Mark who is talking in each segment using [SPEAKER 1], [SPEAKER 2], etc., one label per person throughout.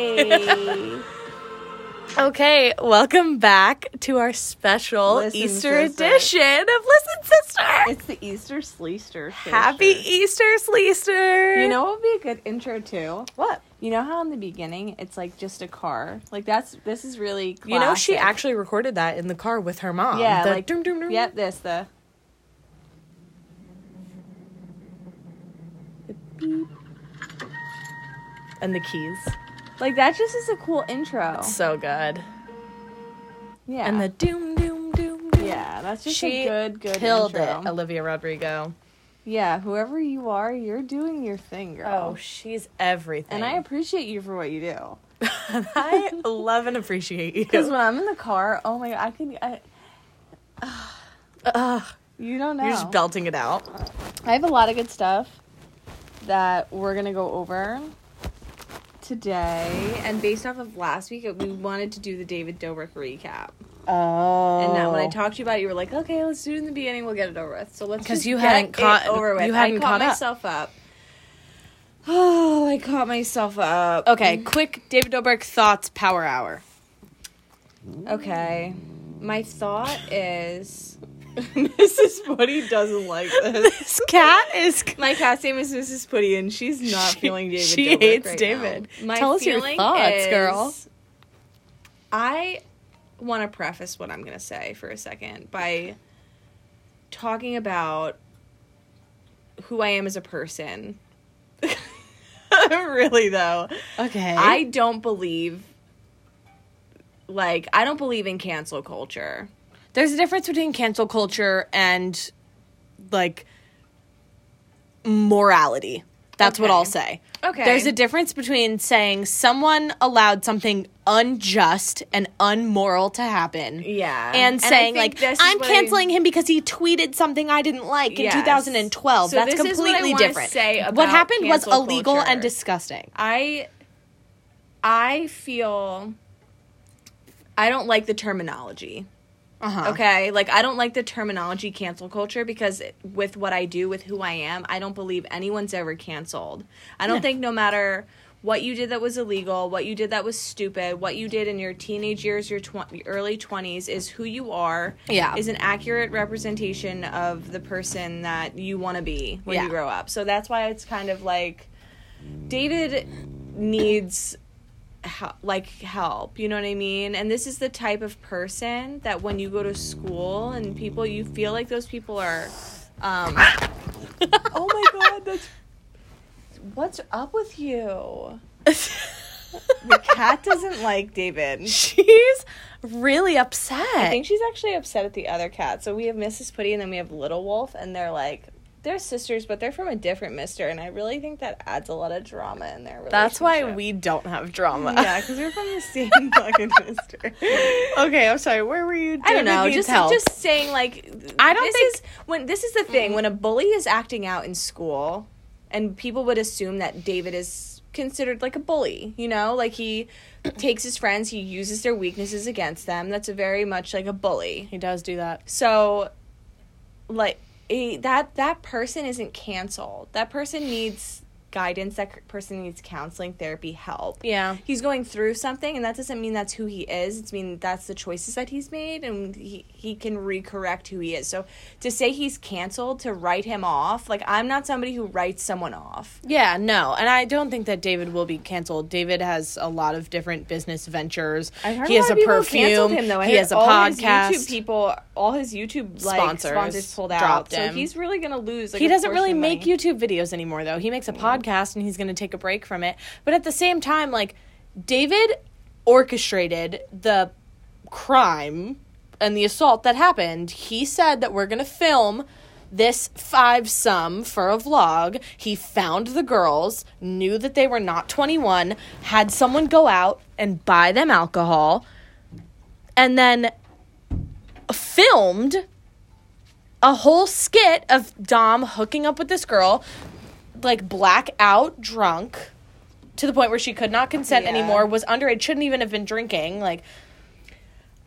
[SPEAKER 1] Bye.
[SPEAKER 2] Okay, welcome back to our special
[SPEAKER 1] Listen,
[SPEAKER 2] Easter
[SPEAKER 1] sister.
[SPEAKER 2] edition of Listen Sister.
[SPEAKER 1] it's the Easter Sleester.
[SPEAKER 2] Happy
[SPEAKER 1] Easter.
[SPEAKER 2] Easter, Sleester.
[SPEAKER 1] You know what would be a good intro too?
[SPEAKER 2] what?
[SPEAKER 1] You know how in the beginning it's like just a car? Like that's this is really classic.
[SPEAKER 2] You know she actually recorded that in the car with her mom.
[SPEAKER 1] Yeah,
[SPEAKER 2] The
[SPEAKER 1] like
[SPEAKER 2] dum, dum, dum.
[SPEAKER 1] Yep, this the
[SPEAKER 2] and the keys.
[SPEAKER 1] like that just is a cool intro.
[SPEAKER 2] So good.
[SPEAKER 1] Yeah.
[SPEAKER 2] And the doom doom doom. doom.
[SPEAKER 1] Yeah, that's just
[SPEAKER 2] she
[SPEAKER 1] a good good
[SPEAKER 2] killed
[SPEAKER 1] intro.
[SPEAKER 2] it, Olivia Rodrigo.
[SPEAKER 1] Yeah, whoever you are, you're doing your thing, girl.
[SPEAKER 2] Oh, she's everything.
[SPEAKER 1] Oh. and I appreciate you for what you do.
[SPEAKER 2] I love and appreciate you.
[SPEAKER 1] Because when I'm in the car, oh my god, I can. I,
[SPEAKER 2] Ugh,
[SPEAKER 1] you don't know.
[SPEAKER 2] You're just belting it out.
[SPEAKER 1] I have a lot of good stuff that we're gonna go over today. And based off of last week, we wanted to do the David Dobrik recap.
[SPEAKER 2] Oh.
[SPEAKER 1] And now when I talked to you about it, you were like, "Okay, let's do it in the beginning. We'll get it over with." So let's
[SPEAKER 2] 'Cause
[SPEAKER 1] just
[SPEAKER 2] you
[SPEAKER 1] get
[SPEAKER 2] hadn't
[SPEAKER 1] it
[SPEAKER 2] caught-
[SPEAKER 1] over with.
[SPEAKER 2] you hadn't
[SPEAKER 1] I caught
[SPEAKER 2] caught up.
[SPEAKER 1] myself up. Oh, I caught myself up.
[SPEAKER 2] Okay, quick David Dobrik thoughts power hour.
[SPEAKER 1] Okay. My thought is Mrs. Putty doesn't like this.
[SPEAKER 2] This cat is
[SPEAKER 1] My cat's name is Mrs. Putty, and she's not
[SPEAKER 2] She-
[SPEAKER 1] feeling David.
[SPEAKER 2] she
[SPEAKER 1] Dobrik
[SPEAKER 2] hates
[SPEAKER 1] right
[SPEAKER 2] David.
[SPEAKER 1] now. My
[SPEAKER 2] Tell us your
[SPEAKER 1] feeling
[SPEAKER 2] thoughts,
[SPEAKER 1] is-
[SPEAKER 2] girl.
[SPEAKER 1] I want to preface what I'm going to say for a second by talking about who I am as a person. really, though.
[SPEAKER 2] okay.
[SPEAKER 1] I don't believe like I don't believe in cancel culture.
[SPEAKER 2] there's a difference between cancel culture and like morality. That's what
[SPEAKER 1] Okay.
[SPEAKER 2] I'll say.
[SPEAKER 1] Okay.
[SPEAKER 2] There's a difference between saying someone allowed something unjust and unmoral to happen.
[SPEAKER 1] Yeah.
[SPEAKER 2] And
[SPEAKER 1] I
[SPEAKER 2] saying
[SPEAKER 1] think
[SPEAKER 2] like
[SPEAKER 1] this is
[SPEAKER 2] I'm
[SPEAKER 1] what I-
[SPEAKER 2] canceling him because he tweeted something I didn't like
[SPEAKER 1] Yes.
[SPEAKER 2] in 2012.
[SPEAKER 1] So
[SPEAKER 2] That's
[SPEAKER 1] this is what I
[SPEAKER 2] completely
[SPEAKER 1] wanna
[SPEAKER 2] different.
[SPEAKER 1] say
[SPEAKER 2] what
[SPEAKER 1] about
[SPEAKER 2] happened was
[SPEAKER 1] cancel
[SPEAKER 2] illegal
[SPEAKER 1] culture.
[SPEAKER 2] and disgusting.
[SPEAKER 1] I I feel I don't like the terminology.
[SPEAKER 2] Uh-huh.
[SPEAKER 1] Okay? Like I don't like the terminology cancel culture because it- with what I do with who I am, I don't believe anyone's ever canceled. I don't think no matter what you did that was illegal, what you did that was stupid, what you did in your teenage years, your tw- early 20s is who you are.
[SPEAKER 2] Yeah.
[SPEAKER 1] Is an accurate representation of the person that you want to be when
[SPEAKER 2] Yeah.
[SPEAKER 1] you grow up. So that's why it's kind of like David needs hel- like help, you know what I mean? And this is the type of person that when you go to school and people you feel like those people are um Oh my god, that's What's up with you? The cat doesn't like David.
[SPEAKER 2] She's really upset.
[SPEAKER 1] I think she's actually upset at the other cat. So we have Mrs. Putty and then we have Little Wolf, and they're like they're sisters, but they're from a different mister, and I really think that adds a lot of drama in their relationship.
[SPEAKER 2] That's why we don't have drama.
[SPEAKER 1] yeah, because we're from the same fucking mister.
[SPEAKER 2] okay, I'm sorry. Where were you?
[SPEAKER 1] I
[SPEAKER 2] David
[SPEAKER 1] don't know.
[SPEAKER 2] needs
[SPEAKER 1] Just
[SPEAKER 2] help.
[SPEAKER 1] just saying, like
[SPEAKER 2] I don't
[SPEAKER 1] this
[SPEAKER 2] think- Mm.
[SPEAKER 1] is, when this is the thing when a bully is acting out in school, and people would assume that David is considered like a bully. You know, like he takes his friends, he uses their weaknesses against them. That's very much like a bully.
[SPEAKER 2] he does do that.
[SPEAKER 1] So, like eh, that that person isn't canceled. That person needs guidance. That c- person needs counseling, therapy, help.
[SPEAKER 2] Yeah.
[SPEAKER 1] He's going through something, and that doesn't mean that's who he is. It's mean that's the choices that he's made, and he he can recorrect who he is. So to say he's canceled, to write him off, like I'm not somebody who writes someone off.
[SPEAKER 2] Yeah, no. And I don't think that David will be canceled. David has a lot of different business ventures.
[SPEAKER 1] I heard
[SPEAKER 2] he
[SPEAKER 1] a lot
[SPEAKER 2] has
[SPEAKER 1] of
[SPEAKER 2] a
[SPEAKER 1] people canceled
[SPEAKER 2] perfume.
[SPEAKER 1] Him, though. I
[SPEAKER 2] he
[SPEAKER 1] heard
[SPEAKER 2] has a
[SPEAKER 1] all his YouTube
[SPEAKER 2] podcast.
[SPEAKER 1] people, all his YouTube like,
[SPEAKER 2] Sponsors
[SPEAKER 1] sponsors, pulled out.
[SPEAKER 2] dropped
[SPEAKER 1] So
[SPEAKER 2] him.
[SPEAKER 1] he's really gonna lose. Like,
[SPEAKER 2] he
[SPEAKER 1] a
[SPEAKER 2] doesn't
[SPEAKER 1] portion
[SPEAKER 2] really
[SPEAKER 1] of
[SPEAKER 2] make
[SPEAKER 1] money.
[SPEAKER 2] YouTube videos anymore though. He makes a podcast and he's going to take a break from it. But at the same time like David orchestrated the crime and the assault that happened. He said that we're going to film this five sum for a vlog. He found the girls, knew that they were not 21, had someone go out and buy them alcohol and then filmed a whole skit of Dom hooking up with this girl, like black out drunk, to the point where she could not consent
[SPEAKER 1] Yeah.
[SPEAKER 2] anymore, was underage, shouldn't even have been drinking. Like,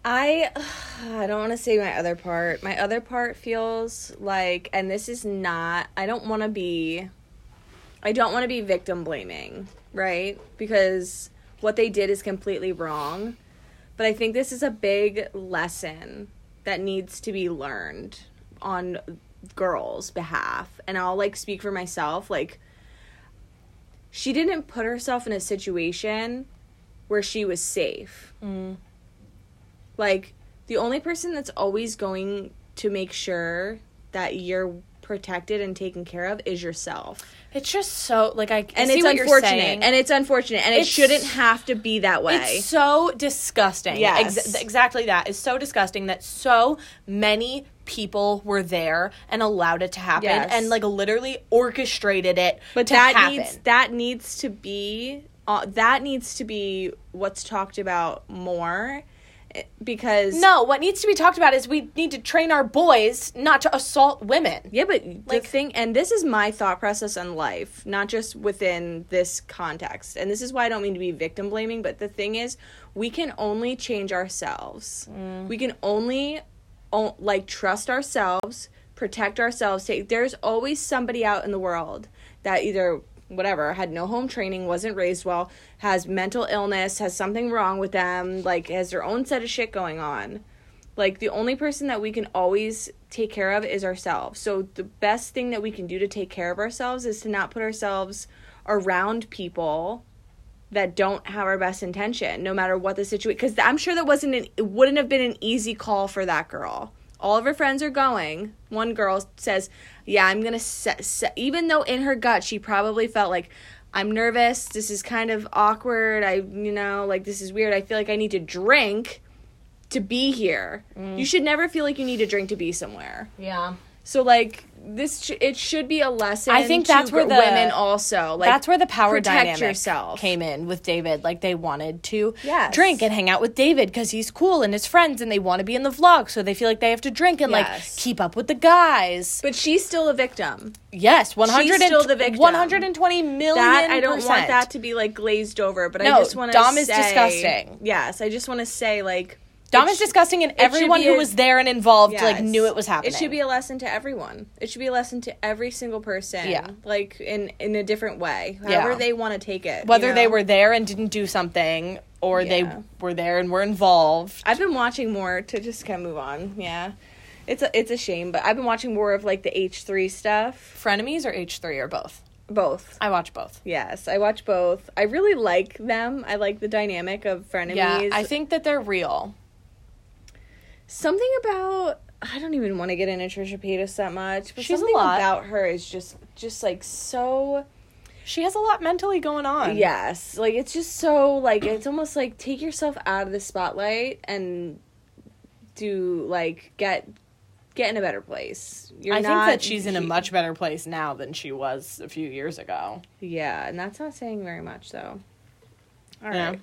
[SPEAKER 1] I I don't want to say my other part. My other part feels like and this is not I don't want to be I don't want to be victim blaming, right? Because what they did is completely wrong. But I think this is a big lesson that needs to be learned on girls' behalf. And I'll like speak for myself. Like, she didn't put herself in a situation where she was safe. Like, the only person that's always going to make sure that you're protected and taken care of is yourself
[SPEAKER 2] It's just so like I, I
[SPEAKER 1] and
[SPEAKER 2] see
[SPEAKER 1] it's
[SPEAKER 2] what you're
[SPEAKER 1] unfortunate
[SPEAKER 2] saying.
[SPEAKER 1] and it's unfortunate and it
[SPEAKER 2] It's-
[SPEAKER 1] shouldn't have to be that way
[SPEAKER 2] It's so disgusting.
[SPEAKER 1] Yes.
[SPEAKER 2] Ex- exactly that. It's so disgusting that so many people were there and allowed it to happen
[SPEAKER 1] Yes.
[SPEAKER 2] and like literally orchestrated it
[SPEAKER 1] but
[SPEAKER 2] to
[SPEAKER 1] that
[SPEAKER 2] happen.
[SPEAKER 1] needs that needs to be uh, that needs to be what's talked about more eh, because
[SPEAKER 2] no, what needs to be talked about is we need to train our boys not to assault women.
[SPEAKER 1] yeah but
[SPEAKER 2] Like-
[SPEAKER 1] the thing and this is my thought process on life not just within this context and this is why i don't mean to be victim blaming but the thing is we can only change ourselves we can only o- like trust ourselves protect ourselves take, there's always somebody out in the world that either whatever had no home training wasn't raised well has mental illness has something wrong with them like has their own set of shit going on like the only person that we can always take care of is ourselves so the best thing that we can do to take care of ourselves is to not put ourselves around people that don't have our best intention no matter what the situation because i'm sure that wasn't an it wouldn't have been an easy call for that girl all of her friends are going one girl says yeah i'm gonna se- se-, even though in her gut she probably felt like i'm nervous this is kind of awkward i you know like this is weird i feel like i need to drink to be here
[SPEAKER 2] Mm.
[SPEAKER 1] you should never feel like you need to drink to be somewhere
[SPEAKER 2] Yeah.
[SPEAKER 1] so like this sh- it should be a lesson
[SPEAKER 2] I think
[SPEAKER 1] to
[SPEAKER 2] that's where
[SPEAKER 1] g-
[SPEAKER 2] the-
[SPEAKER 1] women also like
[SPEAKER 2] That's where the power
[SPEAKER 1] protect
[SPEAKER 2] dynamic
[SPEAKER 1] yourself.
[SPEAKER 2] came in with David. Like they wanted to
[SPEAKER 1] Yes.
[SPEAKER 2] drink and hang out with David because he's cool and his friends, and they want to be in the vlog, so they feel like they have to drink and
[SPEAKER 1] Yes.
[SPEAKER 2] like keep up with the guys.
[SPEAKER 1] but she's still a victim
[SPEAKER 2] Yes, one hundred
[SPEAKER 1] still the victim.
[SPEAKER 2] one hundred and twenty million.
[SPEAKER 1] that I don't want
[SPEAKER 2] percent.
[SPEAKER 1] that to be like glazed over, but I
[SPEAKER 2] No,
[SPEAKER 1] just want to
[SPEAKER 2] Dom
[SPEAKER 1] say,
[SPEAKER 2] is disgusting.
[SPEAKER 1] Yes, I just want to say like
[SPEAKER 2] Dom
[SPEAKER 1] it
[SPEAKER 2] is
[SPEAKER 1] sh-
[SPEAKER 2] disgusting, and
[SPEAKER 1] should
[SPEAKER 2] everyone
[SPEAKER 1] be
[SPEAKER 2] who
[SPEAKER 1] a-
[SPEAKER 2] was there and involved like
[SPEAKER 1] yes.
[SPEAKER 2] knew it was happening.
[SPEAKER 1] It should be a lesson to everyone. It should be a lesson to every single person.
[SPEAKER 2] Yeah.
[SPEAKER 1] like in in a different way,
[SPEAKER 2] Yeah.
[SPEAKER 1] however they want to take it. you
[SPEAKER 2] whether they
[SPEAKER 1] know?
[SPEAKER 2] were there and didn't do something, or
[SPEAKER 1] Yeah.
[SPEAKER 2] they were there and were involved.
[SPEAKER 1] I've been watching more to just kind of move on. Yeah, it's a it's a shame, but I've been watching more of like the H three stuff.
[SPEAKER 2] Frenemies or H three or both.
[SPEAKER 1] Both.
[SPEAKER 2] I watch both.
[SPEAKER 1] Yes, I watch both. I really like them. I like the dynamic of frenemies.
[SPEAKER 2] Yeah, I think that they're real.
[SPEAKER 1] something about I don't even want to get into Trisha Paytas that much, but
[SPEAKER 2] She's a
[SPEAKER 1] something
[SPEAKER 2] lot.
[SPEAKER 1] about her is just just like so
[SPEAKER 2] She has a lot mentally going on.
[SPEAKER 1] yes, like it's just so like it's almost like take yourself out of the spotlight and do like get get in a better place. You're
[SPEAKER 2] I
[SPEAKER 1] not-
[SPEAKER 2] think that she's in a much better place now than she was a few years ago.
[SPEAKER 1] yeah, and that's not saying very much though. All right.
[SPEAKER 2] Yeah.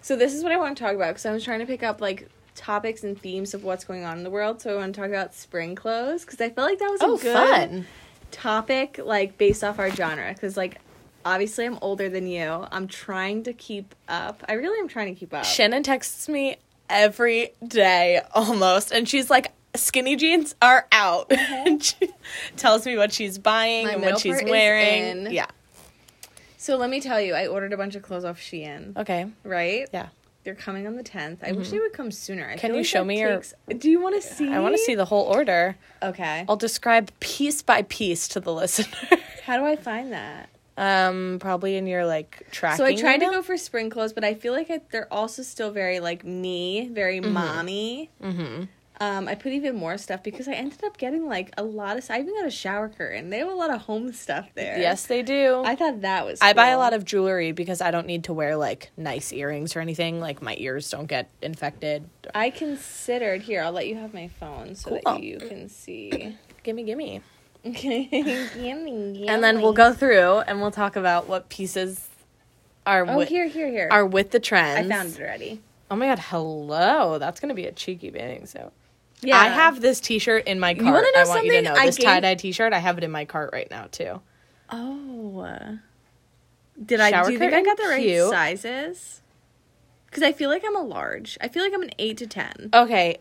[SPEAKER 1] So this is what I want to talk about because I was trying to pick up like topics and themes of what's going on in the world. So I want to talk about spring clothes because I felt like that was
[SPEAKER 2] Oh,
[SPEAKER 1] a Oh, good topic like based off our genre because like obviously i'm older than you i'm trying to keep up i really am trying to keep up
[SPEAKER 2] Shannon texts me every day almost, and she's like, "Skinny jeans are out." and she tells me what she's buying
[SPEAKER 1] Mm-hmm. My
[SPEAKER 2] and what she's
[SPEAKER 1] Milper is
[SPEAKER 2] wearing.
[SPEAKER 1] in.
[SPEAKER 2] Yeah.
[SPEAKER 1] so let me tell you i ordered a bunch of clothes off shein
[SPEAKER 2] Okay.
[SPEAKER 1] right
[SPEAKER 2] Yeah. Mm-hmm.
[SPEAKER 1] they're coming on the 10th i wish they would come sooner I
[SPEAKER 2] Can
[SPEAKER 1] feel
[SPEAKER 2] you
[SPEAKER 1] like
[SPEAKER 2] show
[SPEAKER 1] that
[SPEAKER 2] me your-
[SPEAKER 1] do you want to see
[SPEAKER 2] I want to see the whole order.
[SPEAKER 1] okay
[SPEAKER 2] I'll describe piece by piece to the listener.
[SPEAKER 1] how do i find that
[SPEAKER 2] um, probably in your like tracking.
[SPEAKER 1] so i tried to
[SPEAKER 2] email?
[SPEAKER 1] go for spring clothes but i feel like I, they're also still very like me very mommy mm-hmm um, I put even more stuff because I ended up getting like a lot of. I even got a shower curtain. They have a lot of home stuff there.
[SPEAKER 2] Yes, they do.
[SPEAKER 1] I thought that was.
[SPEAKER 2] I buy a
[SPEAKER 1] cool.
[SPEAKER 2] lot of jewelry because I don't need to wear like nice earrings or anything. Like my ears don't get infected.
[SPEAKER 1] I considered here. I'll let you have my phone so
[SPEAKER 2] Cool.
[SPEAKER 1] that you can see.
[SPEAKER 2] Gimme, gimme.
[SPEAKER 1] Okay. Yummy,
[SPEAKER 2] And then we'll go
[SPEAKER 1] yummy.
[SPEAKER 2] through and we'll talk about what pieces are
[SPEAKER 1] Oh,
[SPEAKER 2] with,
[SPEAKER 1] here, here, here.
[SPEAKER 2] are with the trends.
[SPEAKER 1] I found it already.
[SPEAKER 2] Oh my god, hello. That's gonna be a cheeky banning. So
[SPEAKER 1] Yeah,
[SPEAKER 2] I have this T-shirt in my cart.
[SPEAKER 1] wanna know
[SPEAKER 2] I want you to
[SPEAKER 1] something?
[SPEAKER 2] know
[SPEAKER 1] I
[SPEAKER 2] this
[SPEAKER 1] gave-
[SPEAKER 2] tie-dye T-shirt. I have it in my cart right now too.
[SPEAKER 1] Oh. Did I?
[SPEAKER 2] Shower
[SPEAKER 1] Do you think I
[SPEAKER 2] curtain?
[SPEAKER 1] got the right
[SPEAKER 2] Cute.
[SPEAKER 1] sizes? Because I feel like I'm a large. I feel like I'm an eight to ten.
[SPEAKER 2] Okay,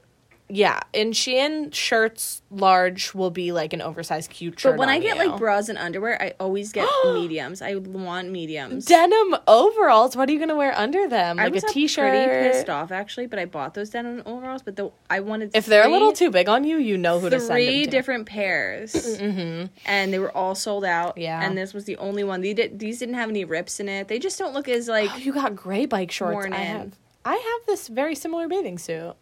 [SPEAKER 2] yeah, in Shein shirts large will be like an oversized cute shirt.
[SPEAKER 1] But when I
[SPEAKER 2] on
[SPEAKER 1] get
[SPEAKER 2] you.
[SPEAKER 1] like bras and underwear, I always get mediums. I want mediums.
[SPEAKER 2] denim overalls, what are you gonna wear under them?
[SPEAKER 1] I
[SPEAKER 2] Like a
[SPEAKER 1] was uh,
[SPEAKER 2] t-shirt.
[SPEAKER 1] Pretty pissed off actually, but I bought those denim overalls. But the I wanted
[SPEAKER 2] If they're a little
[SPEAKER 1] three-
[SPEAKER 2] too big on you, you know who to send them
[SPEAKER 1] three
[SPEAKER 2] to. Mm-hmm.
[SPEAKER 1] different pairs, and they were all sold out.
[SPEAKER 2] Yeah.
[SPEAKER 1] and this was the only one. They did, these didn't have any rips in it. They just don't look as like
[SPEAKER 2] Oh, you got gray bike shorts.
[SPEAKER 1] Worn
[SPEAKER 2] I
[SPEAKER 1] in.
[SPEAKER 2] have. I have this very similar bathing suit.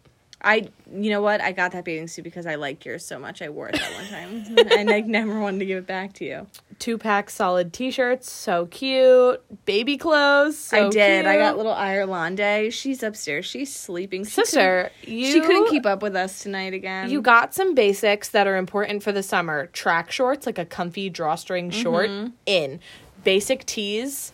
[SPEAKER 1] I. You know what? I got that bathing suit because I liked yours so much. I wore it that one time, and I never wanted to give it back to you.
[SPEAKER 2] Two pack solid t-shirts, so cute. Baby clothes, so
[SPEAKER 1] I did. I
[SPEAKER 2] cute.
[SPEAKER 1] got little Irlande. She's upstairs. She's sleeping. She
[SPEAKER 2] sister.
[SPEAKER 1] couldn't-
[SPEAKER 2] you
[SPEAKER 1] she couldn't keep up with us tonight again.
[SPEAKER 2] You got some basics that are important for the summer. Track shorts, like a comfy drawstring short, in. Basic tees,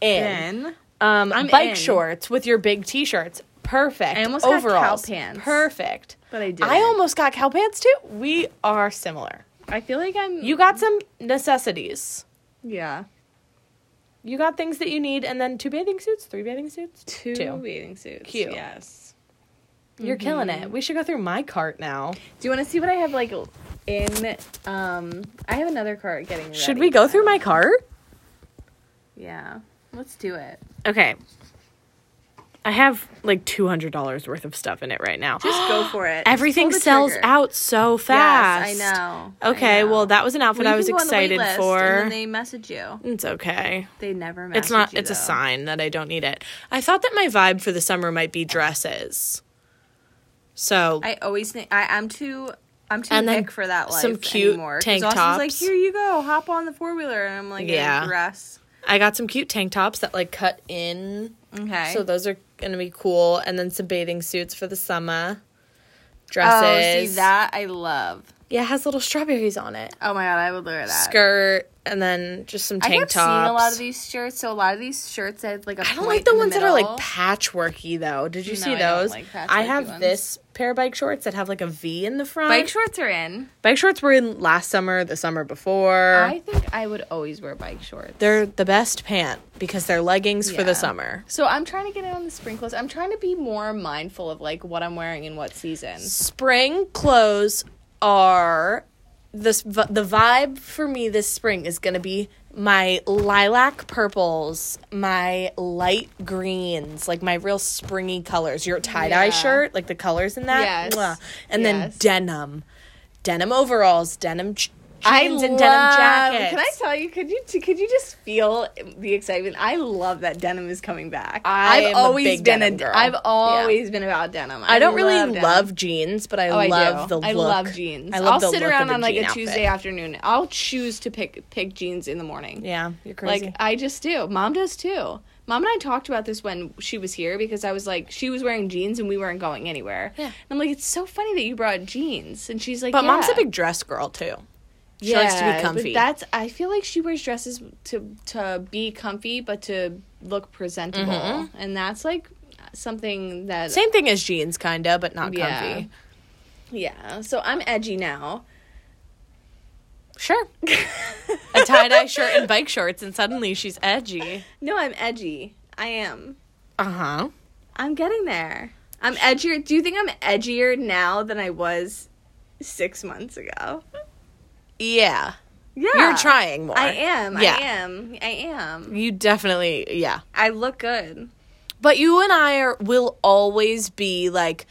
[SPEAKER 2] in.
[SPEAKER 1] Mm-hmm. in.
[SPEAKER 2] Um,
[SPEAKER 1] I'm
[SPEAKER 2] bike
[SPEAKER 1] in.
[SPEAKER 2] shorts with your big t-shirts. Perfect.
[SPEAKER 1] I almost got cow
[SPEAKER 2] Overalls.
[SPEAKER 1] pants.
[SPEAKER 2] Perfect.
[SPEAKER 1] But I didn't.
[SPEAKER 2] I almost got cow pants too. We are similar.
[SPEAKER 1] I feel like I'm.
[SPEAKER 2] You got some necessities.
[SPEAKER 1] yeah.
[SPEAKER 2] You got things that you need, and then two bathing suits, three bathing suits.
[SPEAKER 1] Two,
[SPEAKER 2] Two.
[SPEAKER 1] bathing suits.
[SPEAKER 2] Cute.
[SPEAKER 1] Yes.
[SPEAKER 2] You're killing it. We should go through my cart now.
[SPEAKER 1] Do you want to see what I have like in? Um, I have another cart getting. Ready.
[SPEAKER 2] Should we go through my cart?
[SPEAKER 1] Yeah. Let's do it.
[SPEAKER 2] Okay. I have like two hundred dollars worth of stuff in it right now.
[SPEAKER 1] Just go for it.
[SPEAKER 2] Everything
[SPEAKER 1] Just pull the
[SPEAKER 2] sells
[SPEAKER 1] trigger.
[SPEAKER 2] out so fast.
[SPEAKER 1] Yes, I know. I
[SPEAKER 2] Okay,
[SPEAKER 1] know.
[SPEAKER 2] well that was an outfit
[SPEAKER 1] Well,
[SPEAKER 2] I
[SPEAKER 1] you
[SPEAKER 2] was
[SPEAKER 1] can go on the wait
[SPEAKER 2] excited
[SPEAKER 1] list,
[SPEAKER 2] for.
[SPEAKER 1] And then they message you.
[SPEAKER 2] It's okay.
[SPEAKER 1] They never message
[SPEAKER 2] It's not
[SPEAKER 1] you,
[SPEAKER 2] it's a
[SPEAKER 1] though.
[SPEAKER 2] sign that I don't need it. I thought that my vibe for the summer might be dresses. So
[SPEAKER 1] I always think I, I'm too. I'm too
[SPEAKER 2] And then
[SPEAKER 1] thick for that life
[SPEAKER 2] some cute
[SPEAKER 1] anymore. 'Cause
[SPEAKER 2] tank
[SPEAKER 1] Austin's like,
[SPEAKER 2] tops.
[SPEAKER 1] here you go, hop on the four wheeler, and I'm like, yeah,
[SPEAKER 2] Yeah.
[SPEAKER 1] dress.
[SPEAKER 2] I got some cute tank tops that like cut in.
[SPEAKER 1] Okay.
[SPEAKER 2] So those are gonna be cool. And then some bathing suits for the summer.
[SPEAKER 1] oh, see
[SPEAKER 2] Dresses.
[SPEAKER 1] that I love.
[SPEAKER 2] Yeah, it has little strawberries on it.
[SPEAKER 1] Oh my god, I would wear that.
[SPEAKER 2] Skirt and then just some tank
[SPEAKER 1] I have
[SPEAKER 2] tops.
[SPEAKER 1] seen a lot of these shirts. So a lot of these shirts that have like a
[SPEAKER 2] I don't
[SPEAKER 1] point
[SPEAKER 2] like the
[SPEAKER 1] in
[SPEAKER 2] ones that are like
[SPEAKER 1] middle.
[SPEAKER 2] patchworky though. Did you
[SPEAKER 1] No,
[SPEAKER 2] see
[SPEAKER 1] I don't
[SPEAKER 2] those?
[SPEAKER 1] like
[SPEAKER 2] I have
[SPEAKER 1] patchworky ones.
[SPEAKER 2] this pair of bike shorts that have like a V in the front.
[SPEAKER 1] bike shorts are in.
[SPEAKER 2] Bike shorts were in last summer, the summer before.
[SPEAKER 1] I think I would always wear bike shorts.
[SPEAKER 2] they're the best pant because they're leggings for
[SPEAKER 1] Yeah.
[SPEAKER 2] the summer.
[SPEAKER 1] So I'm trying to get in on the spring clothes. I'm trying to be more mindful of like what I'm wearing in what season.
[SPEAKER 2] Spring clothes are this v- the vibe for me this spring is going to be my lilac purples, my light greens, like my real springy colors. Your tie-dye
[SPEAKER 1] Yeah.
[SPEAKER 2] shirt, like the colors in that.
[SPEAKER 1] Yes.
[SPEAKER 2] Mwah. And
[SPEAKER 1] Yes.
[SPEAKER 2] then denim. Denim overalls, denim ch- jeans and denim
[SPEAKER 1] love-
[SPEAKER 2] jackets.
[SPEAKER 1] Can I tell you? Could you t- could you just feel the excitement? I love that denim is coming back.
[SPEAKER 2] I
[SPEAKER 1] have
[SPEAKER 2] am a
[SPEAKER 1] always
[SPEAKER 2] big
[SPEAKER 1] been
[SPEAKER 2] denim
[SPEAKER 1] a.
[SPEAKER 2] girl.
[SPEAKER 1] have
[SPEAKER 2] Yeah.
[SPEAKER 1] always been about denim.
[SPEAKER 2] I don't really
[SPEAKER 1] denim.
[SPEAKER 2] love jeans, but I
[SPEAKER 1] Oh,
[SPEAKER 2] love
[SPEAKER 1] do.
[SPEAKER 2] the look.
[SPEAKER 1] I love jeans.
[SPEAKER 2] I love
[SPEAKER 1] will
[SPEAKER 2] the
[SPEAKER 1] sit
[SPEAKER 2] look of
[SPEAKER 1] around
[SPEAKER 2] a
[SPEAKER 1] on like a
[SPEAKER 2] jean
[SPEAKER 1] Tuesday
[SPEAKER 2] outfit.
[SPEAKER 1] afternoon. I'll choose to pick pick jeans in the morning.
[SPEAKER 2] Yeah, you're crazy.
[SPEAKER 1] Like I just do. Mom does too. Mom and I talked about this when she was here because I was like, she was wearing jeans and we weren't going anywhere.
[SPEAKER 2] Yeah.
[SPEAKER 1] And I'm like, it's so funny that you brought jeans. And she's like,
[SPEAKER 2] but mom's a
[SPEAKER 1] "Yeah."
[SPEAKER 2] big dress girl too. She likes to be
[SPEAKER 1] Yeah,
[SPEAKER 2] comfy.
[SPEAKER 1] But that's I feel like she wears dresses to to be comfy, but to look presentable,
[SPEAKER 2] Mm-hmm.
[SPEAKER 1] and that's like something that
[SPEAKER 2] Same thing as jeans, kinda, but not
[SPEAKER 1] Yeah.
[SPEAKER 2] comfy.
[SPEAKER 1] yeah. So I'm edgy now.
[SPEAKER 2] Sure. a tie dye shirt and bike shorts, and suddenly she's edgy.
[SPEAKER 1] No, I'm edgy. I am.
[SPEAKER 2] Uh huh.
[SPEAKER 1] I'm getting there. I'm edgier. Do you think I'm edgier now than I was six months ago?
[SPEAKER 2] Yeah.
[SPEAKER 1] Yeah,
[SPEAKER 2] You're trying more.
[SPEAKER 1] I am.
[SPEAKER 2] Yeah.
[SPEAKER 1] I am. I am.
[SPEAKER 2] You definitely, yeah.
[SPEAKER 1] I look good.
[SPEAKER 2] But you and I are, will always be like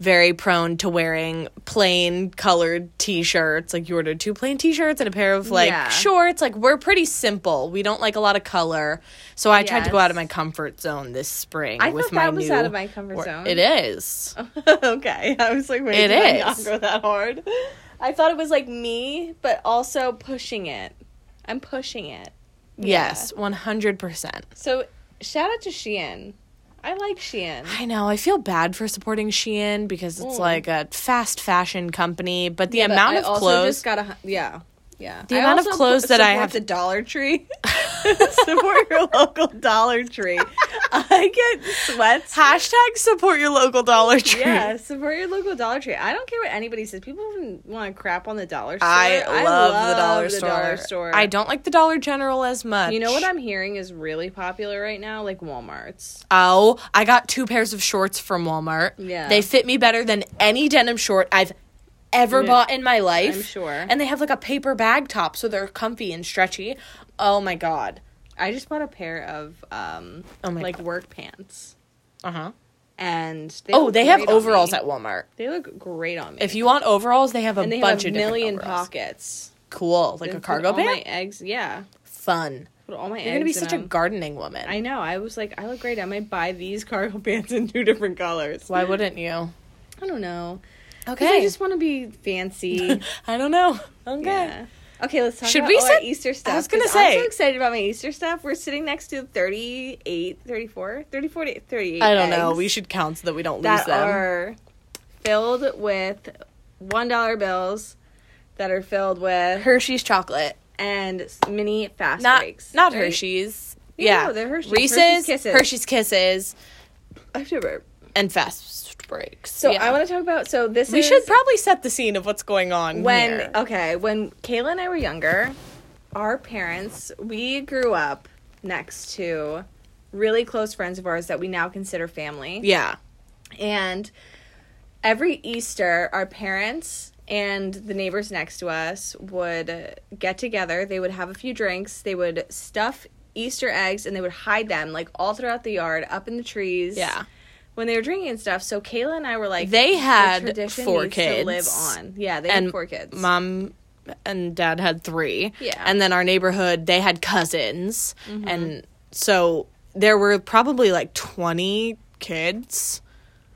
[SPEAKER 2] very prone to wearing plain colored t-shirts. Like you ordered two plain t-shirts and a pair of like
[SPEAKER 1] Yeah.
[SPEAKER 2] shorts. Like we're pretty simple. We don't like a lot of color. So I tried to go
[SPEAKER 1] Yes.
[SPEAKER 2] out of my comfort zone this spring
[SPEAKER 1] I
[SPEAKER 2] with
[SPEAKER 1] thought
[SPEAKER 2] my
[SPEAKER 1] that was
[SPEAKER 2] new
[SPEAKER 1] out of my comfort
[SPEAKER 2] wor-
[SPEAKER 1] zone. Oh,
[SPEAKER 2] It is.
[SPEAKER 1] okay. I was like, wait,
[SPEAKER 2] It
[SPEAKER 1] did I not
[SPEAKER 2] is.
[SPEAKER 1] go that hard? I thought it was like me, but also pushing it. I'm pushing it.
[SPEAKER 2] Yes, 100%.
[SPEAKER 1] So shout out to Shein. I like Shein.
[SPEAKER 2] I know. I feel bad for supporting Shein because it's
[SPEAKER 1] Mm.
[SPEAKER 2] like a fast fashion company, but the
[SPEAKER 1] But
[SPEAKER 2] amount
[SPEAKER 1] I
[SPEAKER 2] of
[SPEAKER 1] also
[SPEAKER 2] clothes
[SPEAKER 1] just got a hun- yeah. Yeah.
[SPEAKER 2] The amount of
[SPEAKER 1] also
[SPEAKER 2] clothes
[SPEAKER 1] pu-
[SPEAKER 2] that I
[SPEAKER 1] support
[SPEAKER 2] have-
[SPEAKER 1] the Dollar Tree. support your local Dollar Tree. I get sweats.
[SPEAKER 2] Hashtag support your local Dollar Tree.
[SPEAKER 1] Yeah, support your local Dollar Tree. I don't care what anybody says. People want to crap on the dollar store.
[SPEAKER 2] I, love, the, dollar,
[SPEAKER 1] the
[SPEAKER 2] store.
[SPEAKER 1] dollar store.
[SPEAKER 2] I don't like the Dollar General as much.
[SPEAKER 1] You know what I'm hearing is really popular right now, like Walmart's.
[SPEAKER 2] Oh, I got two pairs of shorts from Walmart.
[SPEAKER 1] Yeah.
[SPEAKER 2] They fit me better than any denim short I've ever
[SPEAKER 1] Yeah.
[SPEAKER 2] bought in my life.
[SPEAKER 1] I'm sure.
[SPEAKER 2] And they have like a paper bag top, so they're comfy and stretchy. Oh my god.
[SPEAKER 1] I just bought a pair of um
[SPEAKER 2] Oh my
[SPEAKER 1] like
[SPEAKER 2] God.
[SPEAKER 1] work pants,
[SPEAKER 2] Uh huh.
[SPEAKER 1] and they
[SPEAKER 2] Oh,
[SPEAKER 1] look
[SPEAKER 2] they have
[SPEAKER 1] Uh-huh. great on
[SPEAKER 2] overalls
[SPEAKER 1] me.
[SPEAKER 2] at Walmart.
[SPEAKER 1] They look great on me.
[SPEAKER 2] If you want overalls, they have a
[SPEAKER 1] and they
[SPEAKER 2] bunch
[SPEAKER 1] have
[SPEAKER 2] of
[SPEAKER 1] a million
[SPEAKER 2] different overalls.
[SPEAKER 1] pockets,
[SPEAKER 2] Cool, like
[SPEAKER 1] They
[SPEAKER 2] a
[SPEAKER 1] put
[SPEAKER 2] cargo
[SPEAKER 1] all
[SPEAKER 2] pant.
[SPEAKER 1] My eggs, yeah.
[SPEAKER 2] Fun.
[SPEAKER 1] Put all my eggs.
[SPEAKER 2] You're gonna be
[SPEAKER 1] in
[SPEAKER 2] such a
[SPEAKER 1] them.
[SPEAKER 2] gardening woman.
[SPEAKER 1] I know. I was like, I look great. I might buy these cargo pants in two different colors.
[SPEAKER 2] Why wouldn't you?
[SPEAKER 1] I don't know. 'Cause
[SPEAKER 2] Okay.
[SPEAKER 1] I just want to be fancy.
[SPEAKER 2] I don't know. Okay.
[SPEAKER 1] Yeah. Okay, let's talk
[SPEAKER 2] Should
[SPEAKER 1] about
[SPEAKER 2] we
[SPEAKER 1] all our
[SPEAKER 2] set-
[SPEAKER 1] Easter stuff.
[SPEAKER 2] was gonna
[SPEAKER 1] 'cause I'm
[SPEAKER 2] say.
[SPEAKER 1] so excited about my Easter stuff. We're sitting next to 38, 34, 34 to 38
[SPEAKER 2] I don't know.
[SPEAKER 1] eggs
[SPEAKER 2] We should count so that we don't lose
[SPEAKER 1] that
[SPEAKER 2] them.
[SPEAKER 1] are filled with $1 bills that are filled with
[SPEAKER 2] Hershey's chocolate.
[SPEAKER 1] and s- mini fast
[SPEAKER 2] Not
[SPEAKER 1] breaks.
[SPEAKER 2] not
[SPEAKER 1] right?
[SPEAKER 2] Hershey's.
[SPEAKER 1] Yeah,
[SPEAKER 2] Yeah.
[SPEAKER 1] no, they're Hershey's.
[SPEAKER 2] Reese's,
[SPEAKER 1] Hershey's Kisses.
[SPEAKER 2] Hershey's Kisses,
[SPEAKER 1] I have to burp.
[SPEAKER 2] and fast breaks.
[SPEAKER 1] So
[SPEAKER 2] Yeah.
[SPEAKER 1] I want to talk about so this
[SPEAKER 2] We
[SPEAKER 1] is
[SPEAKER 2] should probably set the scene of what's going on
[SPEAKER 1] when uh,
[SPEAKER 2] here.
[SPEAKER 1] okay when kayla and i were younger our parents we grew up next to really close friends of ours that we now consider family
[SPEAKER 2] yeah.
[SPEAKER 1] and every easter our parents and the neighbors next to us would get together they would have a few drinks they would stuff easter eggs and they would hide them like all throughout the yard up in the trees
[SPEAKER 2] Yeah.
[SPEAKER 1] when they were drinking and stuff so kayla and i were like
[SPEAKER 2] They
[SPEAKER 1] "The
[SPEAKER 2] had
[SPEAKER 1] tradition
[SPEAKER 2] four
[SPEAKER 1] needs to live
[SPEAKER 2] kids.
[SPEAKER 1] on yeah they
[SPEAKER 2] And
[SPEAKER 1] had four kids
[SPEAKER 2] Mom and dad had three.
[SPEAKER 1] Yeah. Mm-hmm.
[SPEAKER 2] And then our neighborhood, they had cousins. And so there were probably like 20 kids.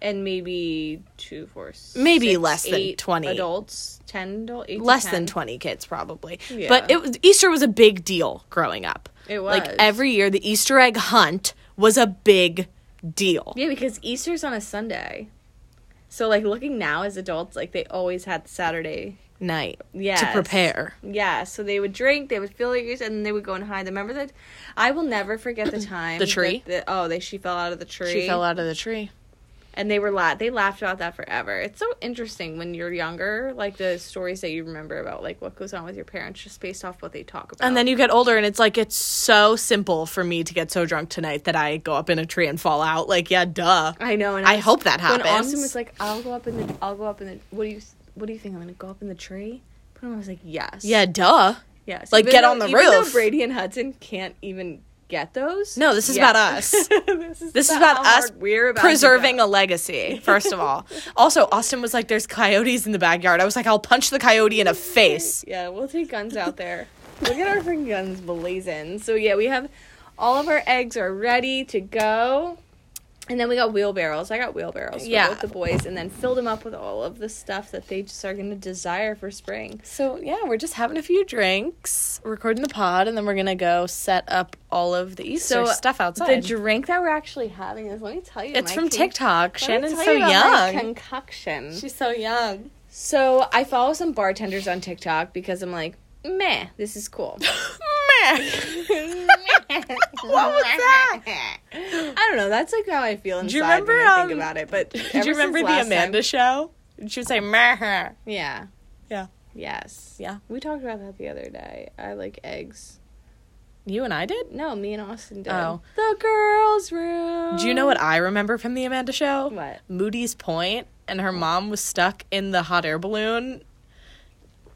[SPEAKER 1] and maybe two, four, six,
[SPEAKER 2] Maybe less than
[SPEAKER 1] eight
[SPEAKER 2] 20.
[SPEAKER 1] adults, ten adults, eight to
[SPEAKER 2] Less
[SPEAKER 1] 10.
[SPEAKER 2] than 20 kids, probably.
[SPEAKER 1] Yeah.
[SPEAKER 2] But it was, Easter was a big deal growing up.
[SPEAKER 1] It
[SPEAKER 2] Like
[SPEAKER 1] was.
[SPEAKER 2] every year, the Easter egg hunt was a big deal.
[SPEAKER 1] Yeah, because Easter's on a Sunday, so like looking now as adults, like they always had Saturday.
[SPEAKER 2] Night. To
[SPEAKER 1] Yes.
[SPEAKER 2] prepare.
[SPEAKER 1] Yeah, so they would drink, they would fill their ears, and then they would go and hide. them. Remember that? I will never forget the time
[SPEAKER 2] The tree?
[SPEAKER 1] that the- oh, they she fell out of the tree.
[SPEAKER 2] She fell out of the tree.
[SPEAKER 1] and they were la- they laughed about that forever. It's so interesting when you're younger, like the stories that you remember about like what goes on with your parents, just based off what they talk about.
[SPEAKER 2] And then you get older, and it's like, it's so simple for me to get so drunk tonight that I go up in a tree and fall out. Like, yeah, duh.
[SPEAKER 1] I know, and
[SPEAKER 2] I
[SPEAKER 1] was-
[SPEAKER 2] hope that happens.
[SPEAKER 1] When Austin was like, "I'll go up in the, I'll go up in the, what do you, what do you think? I'm gonna go up in the tree." But I was like, "Yes,
[SPEAKER 2] yeah, duh.
[SPEAKER 1] yes."
[SPEAKER 2] like,
[SPEAKER 1] Even
[SPEAKER 2] get
[SPEAKER 1] though-
[SPEAKER 2] on the
[SPEAKER 1] even though
[SPEAKER 2] roof.
[SPEAKER 1] Brady and Hudson can't even get those.
[SPEAKER 2] No, this is
[SPEAKER 1] Yes.
[SPEAKER 2] about us.
[SPEAKER 1] this is,
[SPEAKER 2] This is about
[SPEAKER 1] how
[SPEAKER 2] us
[SPEAKER 1] hard We're about to
[SPEAKER 2] preserving a
[SPEAKER 1] go.
[SPEAKER 2] legacy, first of all. also, Austin was like, there's coyotes in the backyard. I was like, I'll punch the coyote in the face.
[SPEAKER 1] Yeah, we'll take guns out there. Look at our freaking guns blazing. So yeah, we have all of our eggs are ready to go. And then we got wheelbarrows. I got wheelbarrows for
[SPEAKER 2] Yeah.
[SPEAKER 1] both the boys and then filled them up with all of the stuff that they just are going to desire for spring.
[SPEAKER 2] So, yeah, we're just having a few drinks, recording the pod, and then we're going to go set up all of the Easter stuff outside.
[SPEAKER 1] The drink that we're actually having is, let me tell you,
[SPEAKER 2] it's
[SPEAKER 1] my
[SPEAKER 2] from
[SPEAKER 1] con-
[SPEAKER 2] TikTok.
[SPEAKER 1] let me
[SPEAKER 2] Shannon's
[SPEAKER 1] tell
[SPEAKER 2] so
[SPEAKER 1] you about my
[SPEAKER 2] young.
[SPEAKER 1] concoction.
[SPEAKER 2] She's so young.
[SPEAKER 1] so I follow some bartenders on TikTok because I'm like, meh, this is cool.
[SPEAKER 2] What was that?
[SPEAKER 1] I don't know. That's like how I feel inside
[SPEAKER 2] Do you remember?
[SPEAKER 1] when I think
[SPEAKER 2] um,
[SPEAKER 1] about it. But
[SPEAKER 2] do
[SPEAKER 1] ever
[SPEAKER 2] you remember
[SPEAKER 1] since
[SPEAKER 2] the
[SPEAKER 1] last
[SPEAKER 2] Amanda show? She would say, "Meh."
[SPEAKER 1] Time, yeah.
[SPEAKER 2] Yeah.
[SPEAKER 1] Yes.
[SPEAKER 2] Yeah.
[SPEAKER 1] We talked about that the other day. I like eggs.
[SPEAKER 2] You and I did.
[SPEAKER 1] No, me and Austin did.
[SPEAKER 2] Oh.
[SPEAKER 1] The girls' room.
[SPEAKER 2] Do you know what I remember from the Amanda show?
[SPEAKER 1] What?
[SPEAKER 2] Moody's Point, and her mom was stuck in the hot air balloon,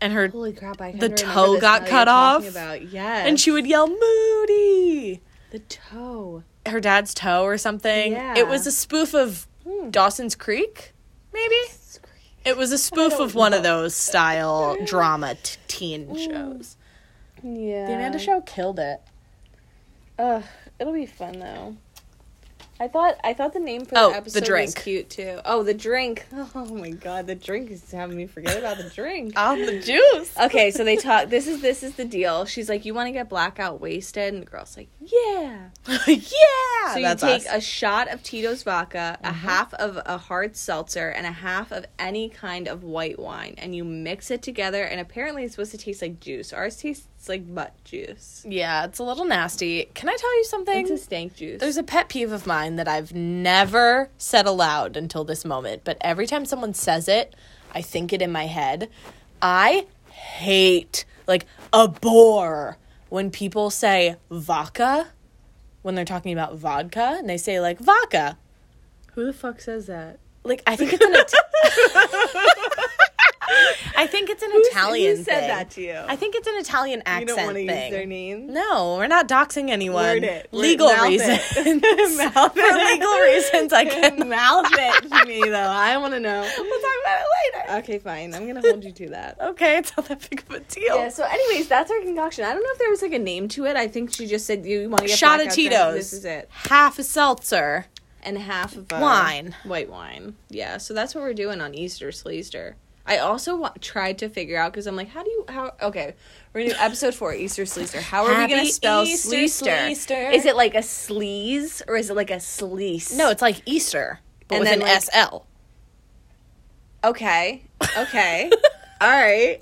[SPEAKER 2] and her
[SPEAKER 1] Holy crap! I
[SPEAKER 2] The
[SPEAKER 1] kinda remember
[SPEAKER 2] toe
[SPEAKER 1] this
[SPEAKER 2] got
[SPEAKER 1] now that
[SPEAKER 2] cut
[SPEAKER 1] you're talking
[SPEAKER 2] off,
[SPEAKER 1] About yes.
[SPEAKER 2] and she would yell Moody,
[SPEAKER 1] the toe.
[SPEAKER 2] her dad's toe or something.
[SPEAKER 1] Yeah.
[SPEAKER 2] It was a spoof of
[SPEAKER 1] Hmm.
[SPEAKER 2] Dawson's Creek, maybe. It was a spoof
[SPEAKER 1] don't
[SPEAKER 2] of one of
[SPEAKER 1] know.
[SPEAKER 2] those style drama t- teen shows.
[SPEAKER 1] Yeah.
[SPEAKER 2] The Amanda show killed it.
[SPEAKER 1] Ugh, it'll be fun though. I thought I thought the name for
[SPEAKER 2] Oh,
[SPEAKER 1] the
[SPEAKER 2] the
[SPEAKER 1] episode was
[SPEAKER 2] drink.
[SPEAKER 1] cute too. Oh, the drink. Oh my god, the drink is having me forget about the drink.
[SPEAKER 2] On Oh, the juice.
[SPEAKER 1] okay, so they talk. This is this is the deal. She's like, "You want to get blackout wasted?" And the girl's like, "Yeah."
[SPEAKER 2] yeah.
[SPEAKER 1] So you
[SPEAKER 2] that's
[SPEAKER 1] take
[SPEAKER 2] us.
[SPEAKER 1] a shot of Tito's vodka, a half of a hard seltzer, and a half of any kind of white wine, and you mix it together. And apparently, it's supposed to taste like juice. Ours tastes It's like butt juice.
[SPEAKER 2] Yeah, it's a little nasty. Can I tell you something?
[SPEAKER 1] It's a stank juice.
[SPEAKER 2] There's a pet peeve of mine that I've never said aloud until this moment, but every time someone says it, I think it in my head. I hate, like, abhor when people say vodka when they're talking about vodka and they say, like, vodka.
[SPEAKER 1] Who the fuck says that?
[SPEAKER 2] Like, I think it's an. It- I think it's an Italian
[SPEAKER 1] who said
[SPEAKER 2] thing.
[SPEAKER 1] that to you?
[SPEAKER 2] I think it's an Italian
[SPEAKER 1] you
[SPEAKER 2] accent
[SPEAKER 1] don't want to
[SPEAKER 2] thing.
[SPEAKER 1] use their name.
[SPEAKER 2] No, we're not doxing anyone.
[SPEAKER 1] Word it. Word-
[SPEAKER 2] Legal
[SPEAKER 1] mouth
[SPEAKER 2] reasons.
[SPEAKER 1] it. Mouth
[SPEAKER 2] For legal reasons, I can.
[SPEAKER 1] Mouth it to me though. I want to know.
[SPEAKER 2] We'll talk about it later.
[SPEAKER 1] Okay, fine. I'm gonna hold you to that.
[SPEAKER 2] Okay, it's not that big of a deal.
[SPEAKER 1] Yeah. So, anyways, that's our concoction. I don't know if there was like a name to it. I think she just said you want to get
[SPEAKER 2] Shot of
[SPEAKER 1] blackout drunk,
[SPEAKER 2] Tito's.
[SPEAKER 1] This is it.
[SPEAKER 2] Half a seltzer.
[SPEAKER 1] and half of a
[SPEAKER 2] Wine.
[SPEAKER 1] white wine. Yeah, so that's what we're doing on Easter Sleester. I also wa- tried to figure out because I'm like, how do you how? Okay, we're gonna do episode four Easter Sleester. How are
[SPEAKER 2] Happy
[SPEAKER 1] we gonna spell
[SPEAKER 2] Easter,
[SPEAKER 1] Sleester?
[SPEAKER 2] Sleester.
[SPEAKER 1] Is it like a sleaze or is it like a sleaze?
[SPEAKER 2] No, it's like Easter, but
[SPEAKER 1] And
[SPEAKER 2] with
[SPEAKER 1] then,
[SPEAKER 2] an
[SPEAKER 1] like-
[SPEAKER 2] SL.
[SPEAKER 1] Okay. Okay. All right.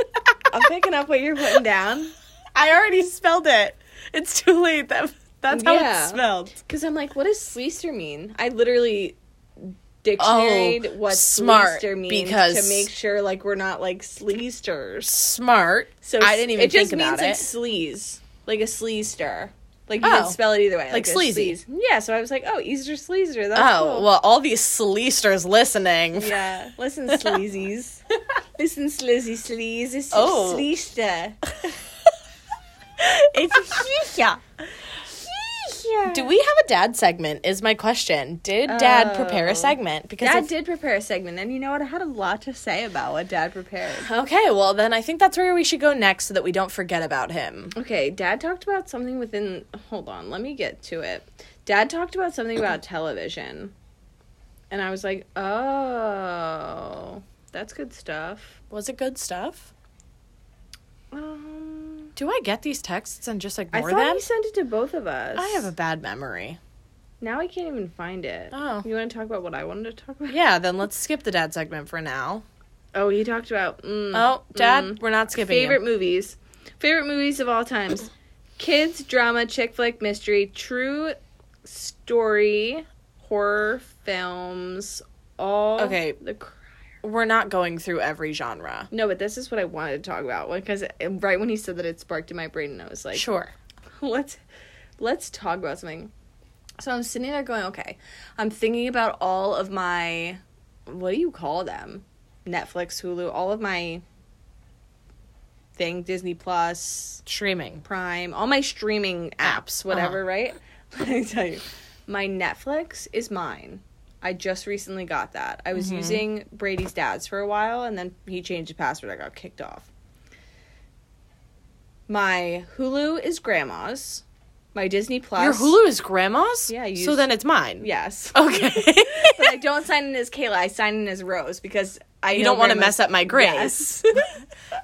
[SPEAKER 1] I'm picking up what you're putting down
[SPEAKER 2] I already spelled it. It's too late. That, that's how
[SPEAKER 1] Yeah.
[SPEAKER 2] it's spelled.
[SPEAKER 1] because I'm like, what does Sleester mean? I literally dictionaried what
[SPEAKER 2] Oh, smart,
[SPEAKER 1] Sleester means
[SPEAKER 2] because-
[SPEAKER 1] to make sure like we're not like sleesters.
[SPEAKER 2] Smart. So I didn't even
[SPEAKER 1] it just
[SPEAKER 2] think about
[SPEAKER 1] means
[SPEAKER 2] it.
[SPEAKER 1] like sleaze, like a sleazester. Like you
[SPEAKER 2] Oh.
[SPEAKER 1] can spell it either way,
[SPEAKER 2] Like
[SPEAKER 1] a
[SPEAKER 2] sleazy.
[SPEAKER 1] sleaze. Yeah, so I was like, oh, Easter sleazer. That's
[SPEAKER 2] Oh,
[SPEAKER 1] cool.
[SPEAKER 2] well, all these sleesters listening.
[SPEAKER 1] yeah. Listen, sleazies. Listen, slizzy sleaze. It's a
[SPEAKER 2] Oh.
[SPEAKER 1] sleaster. it's a shisha. Shisha.
[SPEAKER 2] Do we have a dad segment? Is my question. Did dad prepare
[SPEAKER 1] Oh.
[SPEAKER 2] a segment? Because
[SPEAKER 1] Dad
[SPEAKER 2] if-
[SPEAKER 1] did prepare a segment, and you know what? I had a lot to say about what Dad prepared.
[SPEAKER 2] Okay, well then I think that's where we should go next so that we don't forget about him.
[SPEAKER 1] Okay, Dad talked about something within. Hold on, let me get to it. Dad talked about something about television. And I was like, oh, that's good stuff.
[SPEAKER 2] Was it good stuff?
[SPEAKER 1] Um,
[SPEAKER 2] Do I get these texts and just
[SPEAKER 1] I
[SPEAKER 2] ignore
[SPEAKER 1] thought
[SPEAKER 2] them?
[SPEAKER 1] he sent it to both of us.
[SPEAKER 2] I have a bad memory.
[SPEAKER 1] Now I can't even find it.
[SPEAKER 2] Oh.
[SPEAKER 1] You want to talk about what I wanted to talk about?
[SPEAKER 2] Yeah, then let's skip the dad segment for now.
[SPEAKER 1] Oh, he talked about. Mm,
[SPEAKER 2] Oh, dad,
[SPEAKER 1] mm.
[SPEAKER 2] we're not skipping.
[SPEAKER 1] Favorite
[SPEAKER 2] you.
[SPEAKER 1] movies. Favorite movies of all times. Kids, drama, chick flick, mystery, true story, horror films, all
[SPEAKER 2] Okay.
[SPEAKER 1] the cr-
[SPEAKER 2] We're not going through every genre.
[SPEAKER 1] No, but this is what I wanted to talk about because right when he said that it sparked in my brain and I was like,
[SPEAKER 2] sure.
[SPEAKER 1] let's let's talk about something. So I'm sitting there going, okay, I'm thinking about all of my what do you call them? Netflix, Hulu, all of my thing, Disney Plus,
[SPEAKER 2] Streaming.
[SPEAKER 1] Prime, all my streaming apps,
[SPEAKER 2] Uh-huh.
[SPEAKER 1] whatever, right? Let me tell you, my Netflix is mine. I just recently got that. I
[SPEAKER 2] Mm-hmm.
[SPEAKER 1] was using Brady's dad's for a while, and then he changed the password. I got kicked off. My Hulu is grandma's. My Disney Plus.
[SPEAKER 2] Your Hulu Oh, is grandma's?
[SPEAKER 1] Yeah, you
[SPEAKER 2] So
[SPEAKER 1] s-
[SPEAKER 2] then it's mine.
[SPEAKER 1] Yes.
[SPEAKER 2] Okay.
[SPEAKER 1] but I don't sign in as Kayla. I sign in as Rose because I.
[SPEAKER 2] you don't want to mess up my grades.
[SPEAKER 1] Yes.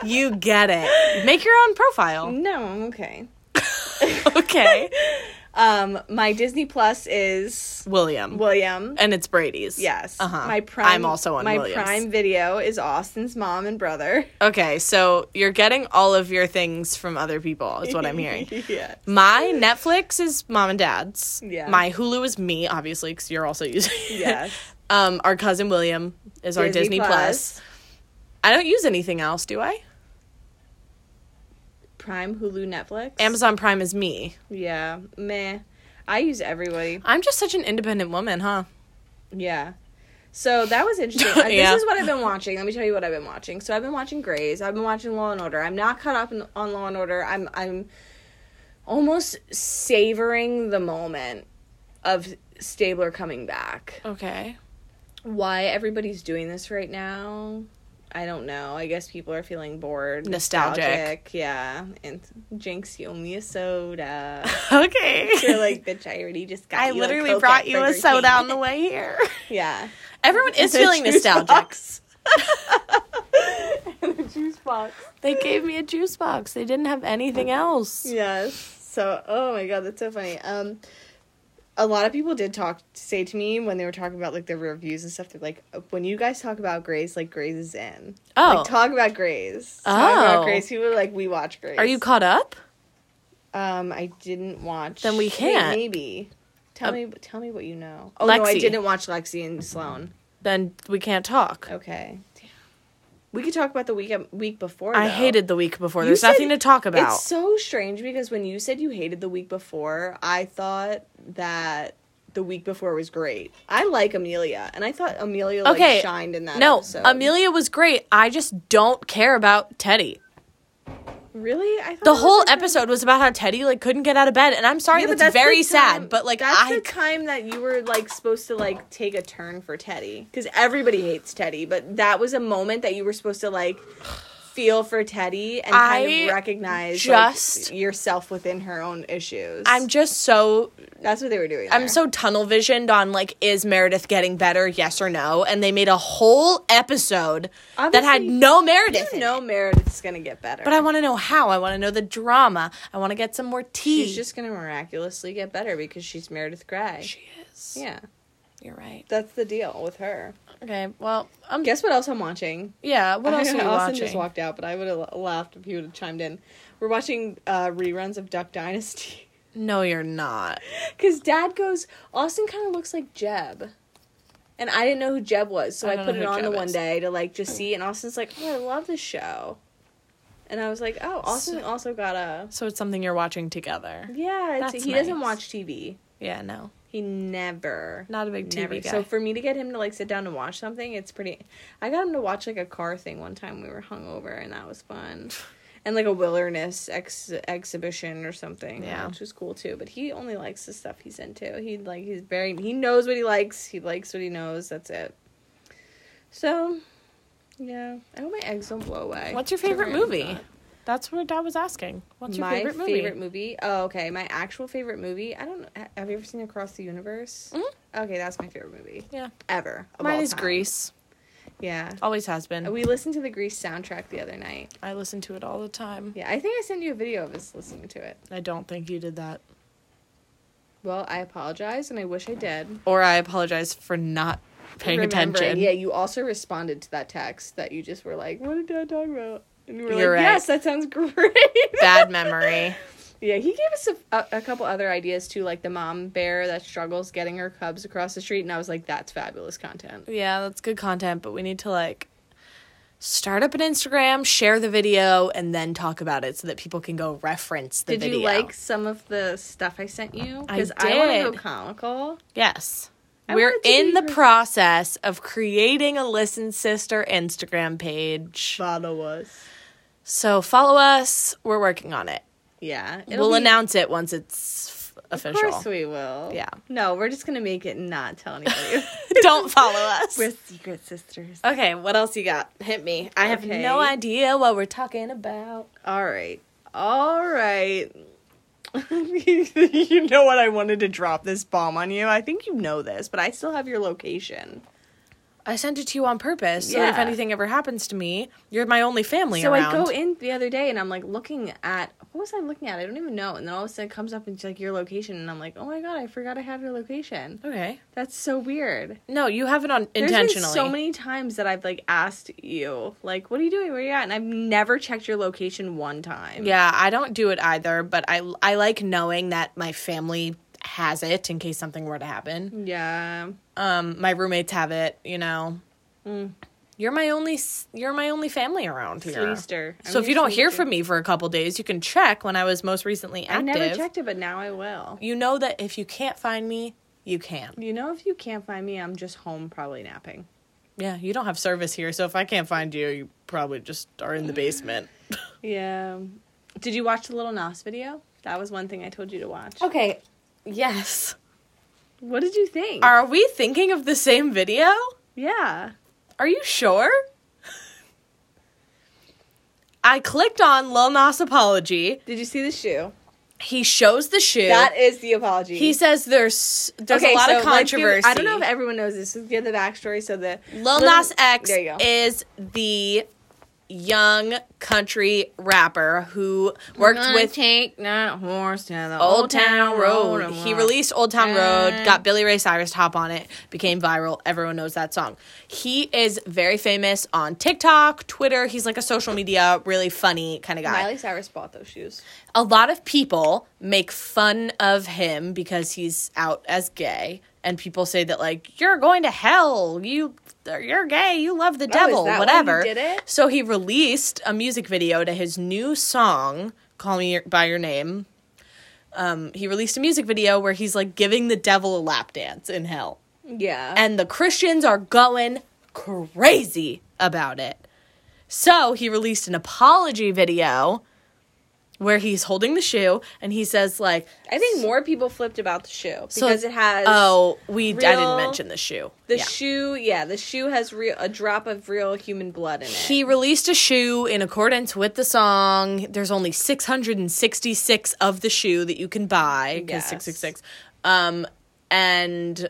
[SPEAKER 2] You get it. Make your own profile.
[SPEAKER 1] no. Okay.
[SPEAKER 2] okay.
[SPEAKER 1] Um, my Disney Plus is
[SPEAKER 2] William.
[SPEAKER 1] William.
[SPEAKER 2] and it's Brady's.
[SPEAKER 1] Yes.
[SPEAKER 2] Uh-huh.
[SPEAKER 1] My prime.
[SPEAKER 2] I'm also on
[SPEAKER 1] my
[SPEAKER 2] Williams.
[SPEAKER 1] prime video is Austin's mom and brother.
[SPEAKER 2] Okay, so you're getting all of your things from other people, is what I'm hearing.
[SPEAKER 1] yeah.
[SPEAKER 2] My Netflix is mom and dad's.
[SPEAKER 1] Yeah.
[SPEAKER 2] My Hulu is me, obviously, because you're also using. it.
[SPEAKER 1] Yes.
[SPEAKER 2] um, our cousin William is our Disney Plus. I don't use anything else, do I?
[SPEAKER 1] Prime, Hulu, Netflix.
[SPEAKER 2] Amazon Prime is me.
[SPEAKER 1] Yeah. Meh. I use everybody.
[SPEAKER 2] I'm just such an independent woman, huh?
[SPEAKER 1] Yeah. So that was interesting. Uh,
[SPEAKER 2] Yeah.
[SPEAKER 1] This is what I've been watching. Let me tell you what I've been watching. So I've been watching Grey's. I've been watching Law and Order. I'm not caught up in, on Law and Order. I'm I'm almost savoring the moment of Stabler coming back.
[SPEAKER 2] Okay.
[SPEAKER 1] why everybody's doing this right now. I don't know. I guess people are feeling bored,
[SPEAKER 2] Nostalgic.
[SPEAKER 1] Yeah, and Jinx, you owe me a soda.
[SPEAKER 2] Okay.
[SPEAKER 1] You're like, bitch, I already just got.
[SPEAKER 2] I
[SPEAKER 1] you a
[SPEAKER 2] literally
[SPEAKER 1] Coke
[SPEAKER 2] brought
[SPEAKER 1] at
[SPEAKER 2] you a
[SPEAKER 1] Burger
[SPEAKER 2] soda
[SPEAKER 1] King.
[SPEAKER 2] on the way here.
[SPEAKER 1] Yeah,
[SPEAKER 2] Everyone is
[SPEAKER 1] The
[SPEAKER 2] feeling
[SPEAKER 1] juice
[SPEAKER 2] nostalgic.
[SPEAKER 1] box. the juice box.
[SPEAKER 2] They gave me a juice box. They didn't have anything else.
[SPEAKER 1] Yes. So, oh my god, that's so funny. Um, a lot of people did talk say to me when they were talking about like the reviews and stuff. They're like, uh, when you guys talk about Grace, like Grace is in.
[SPEAKER 2] Oh.
[SPEAKER 1] Like, talk about Grays. Talk about
[SPEAKER 2] Oh.
[SPEAKER 1] Grays. People are like, we watch Grays.
[SPEAKER 2] Are you caught up?
[SPEAKER 1] Um, I didn't watch.
[SPEAKER 2] Then we
[SPEAKER 1] wait,
[SPEAKER 2] can't.
[SPEAKER 1] maybe. Tell
[SPEAKER 2] Uh,
[SPEAKER 1] me. Tell me what you know. Oh no, I
[SPEAKER 2] Lexi.
[SPEAKER 1] didn't watch Lexi and Sloan.
[SPEAKER 2] Then we can't talk.
[SPEAKER 1] Okay. Damn. We could talk about the week um, week before.
[SPEAKER 2] I
[SPEAKER 1] though.
[SPEAKER 2] hated the week before.
[SPEAKER 1] You
[SPEAKER 2] There's
[SPEAKER 1] said-
[SPEAKER 2] nothing to talk about.
[SPEAKER 1] It's so strange because when you said you hated the week before, I thought that the week before was great. I like Amelia, and I thought Amelia like,
[SPEAKER 2] Okay,
[SPEAKER 1] shined in that.
[SPEAKER 2] no,
[SPEAKER 1] episode.
[SPEAKER 2] Amelia was great. I just don't care about Teddy.
[SPEAKER 1] Really, I thought
[SPEAKER 2] The
[SPEAKER 1] that
[SPEAKER 2] whole
[SPEAKER 1] was a-
[SPEAKER 2] episode was about how Teddy like couldn't get out of bed, and I'm sorry
[SPEAKER 1] Yeah, but
[SPEAKER 2] that's,
[SPEAKER 1] the
[SPEAKER 2] very
[SPEAKER 1] time-
[SPEAKER 2] sad. But like
[SPEAKER 1] that's
[SPEAKER 2] I
[SPEAKER 1] the time that you were like supposed to like take a turn for Teddy because everybody hates Teddy, but that was a moment that you were supposed to like feel for Teddy and kind
[SPEAKER 2] I
[SPEAKER 1] of recognize like,
[SPEAKER 2] just-
[SPEAKER 1] yourself within her own issues.
[SPEAKER 2] I'm just so
[SPEAKER 1] that's what they were doing.
[SPEAKER 2] I'm
[SPEAKER 1] there.
[SPEAKER 2] so tunnel visioned on like is Meredith getting better? Yes or no? And they made a whole episode that had
[SPEAKER 1] Obviously,
[SPEAKER 2] no Meredith.
[SPEAKER 1] you
[SPEAKER 2] in
[SPEAKER 1] know
[SPEAKER 2] it.
[SPEAKER 1] Meredith's gonna get better,
[SPEAKER 2] But I want to know how. I want to know the drama. I want to get some more tea.
[SPEAKER 1] she's just gonna miraculously get better because she's Meredith Grey.
[SPEAKER 2] she is.
[SPEAKER 1] yeah,
[SPEAKER 2] You're right.
[SPEAKER 1] that's the deal with her.
[SPEAKER 2] Okay. Well, I'm
[SPEAKER 1] Guess what else I'm watching?
[SPEAKER 2] yeah. What else are you
[SPEAKER 1] Austin
[SPEAKER 2] watching?
[SPEAKER 1] just walked out, but I would have laughed if he would have chimed in. We're watching uh, reruns of Duck Dynasty
[SPEAKER 2] no, you're not.
[SPEAKER 1] because Dad goes. Austin kind of looks like Jeb, and I didn't know who Jeb was, so
[SPEAKER 2] I
[SPEAKER 1] I,
[SPEAKER 2] don't
[SPEAKER 1] put
[SPEAKER 2] know
[SPEAKER 1] it
[SPEAKER 2] who
[SPEAKER 1] on
[SPEAKER 2] Jeb
[SPEAKER 1] the one
[SPEAKER 2] is.
[SPEAKER 1] day to like just see. And Austin's like, "Oh, I love this show," and I was like, "Oh, Austin
[SPEAKER 2] So-
[SPEAKER 1] also got a
[SPEAKER 2] So it's something you're watching together.
[SPEAKER 1] yeah." It's,
[SPEAKER 2] That's
[SPEAKER 1] he doesn't
[SPEAKER 2] nice.
[SPEAKER 1] watch TV.
[SPEAKER 2] Yeah. No.
[SPEAKER 1] He never.
[SPEAKER 2] Not a big TV
[SPEAKER 1] never.
[SPEAKER 2] guy.
[SPEAKER 1] So for me to get him to like sit down and watch something, it's pretty. I got him to watch like a car thing one time. We were hungover, and that was fun. And like a wilderness ex- exhibition or something,
[SPEAKER 2] Yeah.
[SPEAKER 1] which was cool too. But he only likes the stuff he's into. He like he's very he knows what he likes. He likes what he knows. That's it. So, yeah, I hope my eggs don't blow away.
[SPEAKER 2] What's your
[SPEAKER 1] Sorry,
[SPEAKER 2] favorite
[SPEAKER 1] I'm
[SPEAKER 2] movie?
[SPEAKER 1] not-
[SPEAKER 2] That's what Dad was asking. What's your
[SPEAKER 1] my
[SPEAKER 2] favorite movie?
[SPEAKER 1] Oh, okay. My actual favorite movie. I don't. ha- Have you ever seen Across the Universe?
[SPEAKER 2] Mhm.
[SPEAKER 1] Okay, that's my favorite movie
[SPEAKER 2] Yeah.
[SPEAKER 1] ever. of
[SPEAKER 2] Mine
[SPEAKER 1] all
[SPEAKER 2] is
[SPEAKER 1] time.
[SPEAKER 2] Grease.
[SPEAKER 1] Yeah.
[SPEAKER 2] Always has been.
[SPEAKER 1] We listened to the Grease soundtrack the other night.
[SPEAKER 2] I listen to it all the time.
[SPEAKER 1] Yeah, I think I sent you a video of us listening to it.
[SPEAKER 2] I don't think you did that.
[SPEAKER 1] Well, I apologize, and I wish I did.
[SPEAKER 2] Or I apologize for not paying
[SPEAKER 1] Remembering-
[SPEAKER 2] attention.
[SPEAKER 1] Yeah, you also responded to that text that you just were like, "What did Dad talk about?" And we were
[SPEAKER 2] You're
[SPEAKER 1] like,
[SPEAKER 2] right.
[SPEAKER 1] "Yes, that sounds great."
[SPEAKER 2] Bad memory.
[SPEAKER 1] Yeah, he gave us a, a, a couple other ideas too, like the mom bear that struggles getting her cubs across the street, and I was like, "That's fabulous content."
[SPEAKER 2] Yeah, that's good content, but we need to like start up an Instagram, share the video, and then talk about it so that people can go reference the
[SPEAKER 1] Did
[SPEAKER 2] video.
[SPEAKER 1] you like some of the stuff I sent you?
[SPEAKER 2] I
[SPEAKER 1] Because I, want to go
[SPEAKER 2] did.
[SPEAKER 1] comical.
[SPEAKER 2] Yes.
[SPEAKER 1] I
[SPEAKER 2] We're
[SPEAKER 1] wanted to
[SPEAKER 2] in
[SPEAKER 1] be
[SPEAKER 2] the
[SPEAKER 1] her-
[SPEAKER 2] process of creating a Listen Sister Instagram page.
[SPEAKER 1] Follow us.
[SPEAKER 2] So follow us. We're working on it.
[SPEAKER 1] Yeah,
[SPEAKER 2] we'll
[SPEAKER 1] be-
[SPEAKER 2] announce it once it's f-
[SPEAKER 1] Of
[SPEAKER 2] official.
[SPEAKER 1] course we will.
[SPEAKER 2] Yeah.
[SPEAKER 1] No, we're just gonna make it and not tell anybody.
[SPEAKER 2] Don't follow us.
[SPEAKER 1] we're secret sisters.
[SPEAKER 2] Okay, what else you got? Hit me. I have
[SPEAKER 1] Okay.
[SPEAKER 2] no idea what we're talking about.
[SPEAKER 1] All right. All right. you know what? I wanted to drop this bomb on you. I think you know this, but I still have your location.
[SPEAKER 2] I sent it to you on purpose, so that if
[SPEAKER 1] Yeah.
[SPEAKER 2] anything ever happens to me, you're my only family
[SPEAKER 1] So
[SPEAKER 2] around.
[SPEAKER 1] I go in the other day and I'm like looking at what was I looking at? I don't even know. And then all of a sudden it comes up and it's like your location, and I'm like, oh my god, I forgot I have your location.
[SPEAKER 2] Okay.
[SPEAKER 1] That's so weird.
[SPEAKER 2] No, you have it on
[SPEAKER 1] There's been
[SPEAKER 2] intentionally.
[SPEAKER 1] so many times that I've like asked you, like, what are you doing? Where are you at? And I've never checked your location one time.
[SPEAKER 2] Yeah, I don't do it either, but I I like knowing that my family has it in case something were to happen.
[SPEAKER 1] Yeah.
[SPEAKER 2] Um, my roommates have it. You know, you're my only s- you're my only family around here.
[SPEAKER 1] Sleester. I'm
[SPEAKER 2] Mm. So if
[SPEAKER 1] your
[SPEAKER 2] you don't hear
[SPEAKER 1] sleester.
[SPEAKER 2] from me for a couple days, you can check when I was most recently
[SPEAKER 1] I
[SPEAKER 2] active.
[SPEAKER 1] never checked it, but now I will.
[SPEAKER 2] You know that if you can't find me, you can.
[SPEAKER 1] You know, if you can't find me, I'm just home probably napping.
[SPEAKER 2] Yeah, you don't have service here, so if I can't find you, you probably just are in the basement.
[SPEAKER 1] Yeah. Did you watch the Little Nas video? That was one thing I told you to watch.
[SPEAKER 2] Okay. Yes.
[SPEAKER 1] What did you think?
[SPEAKER 2] Are we thinking of the same video?
[SPEAKER 1] yeah.
[SPEAKER 2] Are you sure? I clicked on Lil Nas apology.
[SPEAKER 1] Did you see the shoe?
[SPEAKER 2] He shows the shoe.
[SPEAKER 1] That is the apology.
[SPEAKER 2] he says there's there's a lot of
[SPEAKER 1] so let's give-
[SPEAKER 2] controversy.
[SPEAKER 1] I don't know if everyone knows this. Let's give the backstory. So the
[SPEAKER 2] Lil Nas X
[SPEAKER 1] There you go.
[SPEAKER 2] is the young country rapper who worked with
[SPEAKER 1] take that horse to the
[SPEAKER 2] Old Town Road. He released Old Town Road, got Billy Ray Cyrus to hop on it, became viral. Everyone knows that song. He is very famous on TikTok, Twitter. He's like a social media, really funny kind of guy.
[SPEAKER 1] Miley Cyrus bought those shoes.
[SPEAKER 2] A lot of people make fun of him because he's out as gay, and people say that like you're going to hell, you you're gay, you love the devil,
[SPEAKER 1] Oh, that why he
[SPEAKER 2] whatever.
[SPEAKER 1] did it?
[SPEAKER 2] So he released a music video to his new song, "Call Me Your- by Your Name." Um, he released a music video where he's like giving the devil a lap dance in hell,
[SPEAKER 1] Yeah.
[SPEAKER 2] and the Christians are going crazy about it. So he released an apology video where he's holding the shoe and he says like,
[SPEAKER 1] I think more people flipped about the shoe
[SPEAKER 2] so-
[SPEAKER 1] because it has
[SPEAKER 2] oh we I
[SPEAKER 1] real-
[SPEAKER 2] didn't mention the shoe
[SPEAKER 1] the
[SPEAKER 2] Yeah.
[SPEAKER 1] shoe. Yeah, the shoe has real a drop of real human blood in it.
[SPEAKER 2] He released a shoe in accordance with the song. There's only 666 of the shoe that you can buy because
[SPEAKER 1] Yes.
[SPEAKER 2] 666. Um, and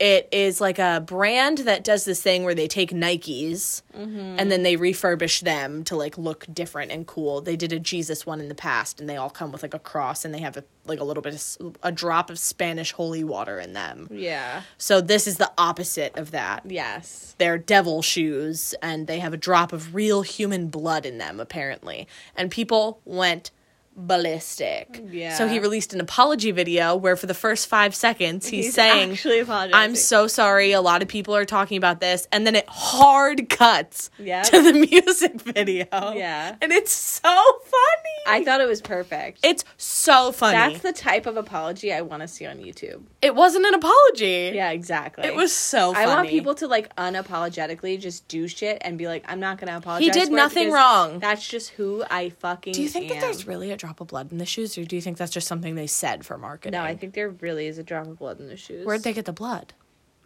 [SPEAKER 2] it is like a brand that does this thing where they take Nikes and then they refurbish them to like look different and cool. They did a Jesus one in the past, and they all come with like a cross and they have a, like a little bit of s- a drop of Spanish holy water in them.
[SPEAKER 1] yeah.
[SPEAKER 2] So this is the opposite of that
[SPEAKER 1] Yes.
[SPEAKER 2] they're devil shoes and they have a drop of real human blood in them apparently and people went ballistic
[SPEAKER 1] Yeah.
[SPEAKER 2] so he released an apology video where for the first five seconds he's, saying
[SPEAKER 1] actually apologizing.
[SPEAKER 2] i'm so sorry a lot of people are talking about this and then it hard cuts
[SPEAKER 1] Yep.
[SPEAKER 2] to the music video
[SPEAKER 1] Yeah.
[SPEAKER 2] and it's so funny
[SPEAKER 1] I thought it was perfect.
[SPEAKER 2] it's so funny
[SPEAKER 1] That's the type of apology I want to see on YouTube.
[SPEAKER 2] it wasn't an apology
[SPEAKER 1] Yeah, exactly.
[SPEAKER 2] it was so funny
[SPEAKER 1] I want people to like unapologetically just do shit and be like, I'm not gonna apologize.
[SPEAKER 2] did
[SPEAKER 1] for it
[SPEAKER 2] nothing
[SPEAKER 1] because
[SPEAKER 2] wrong.
[SPEAKER 1] That's just who I fucking.
[SPEAKER 2] Do you think that
[SPEAKER 1] am."
[SPEAKER 2] there's really a drop of blood in the shoes, or do you think that's just something they said for marketing?
[SPEAKER 1] No, I think there really is a drop of blood in the shoes.
[SPEAKER 2] Where'd they get the blood?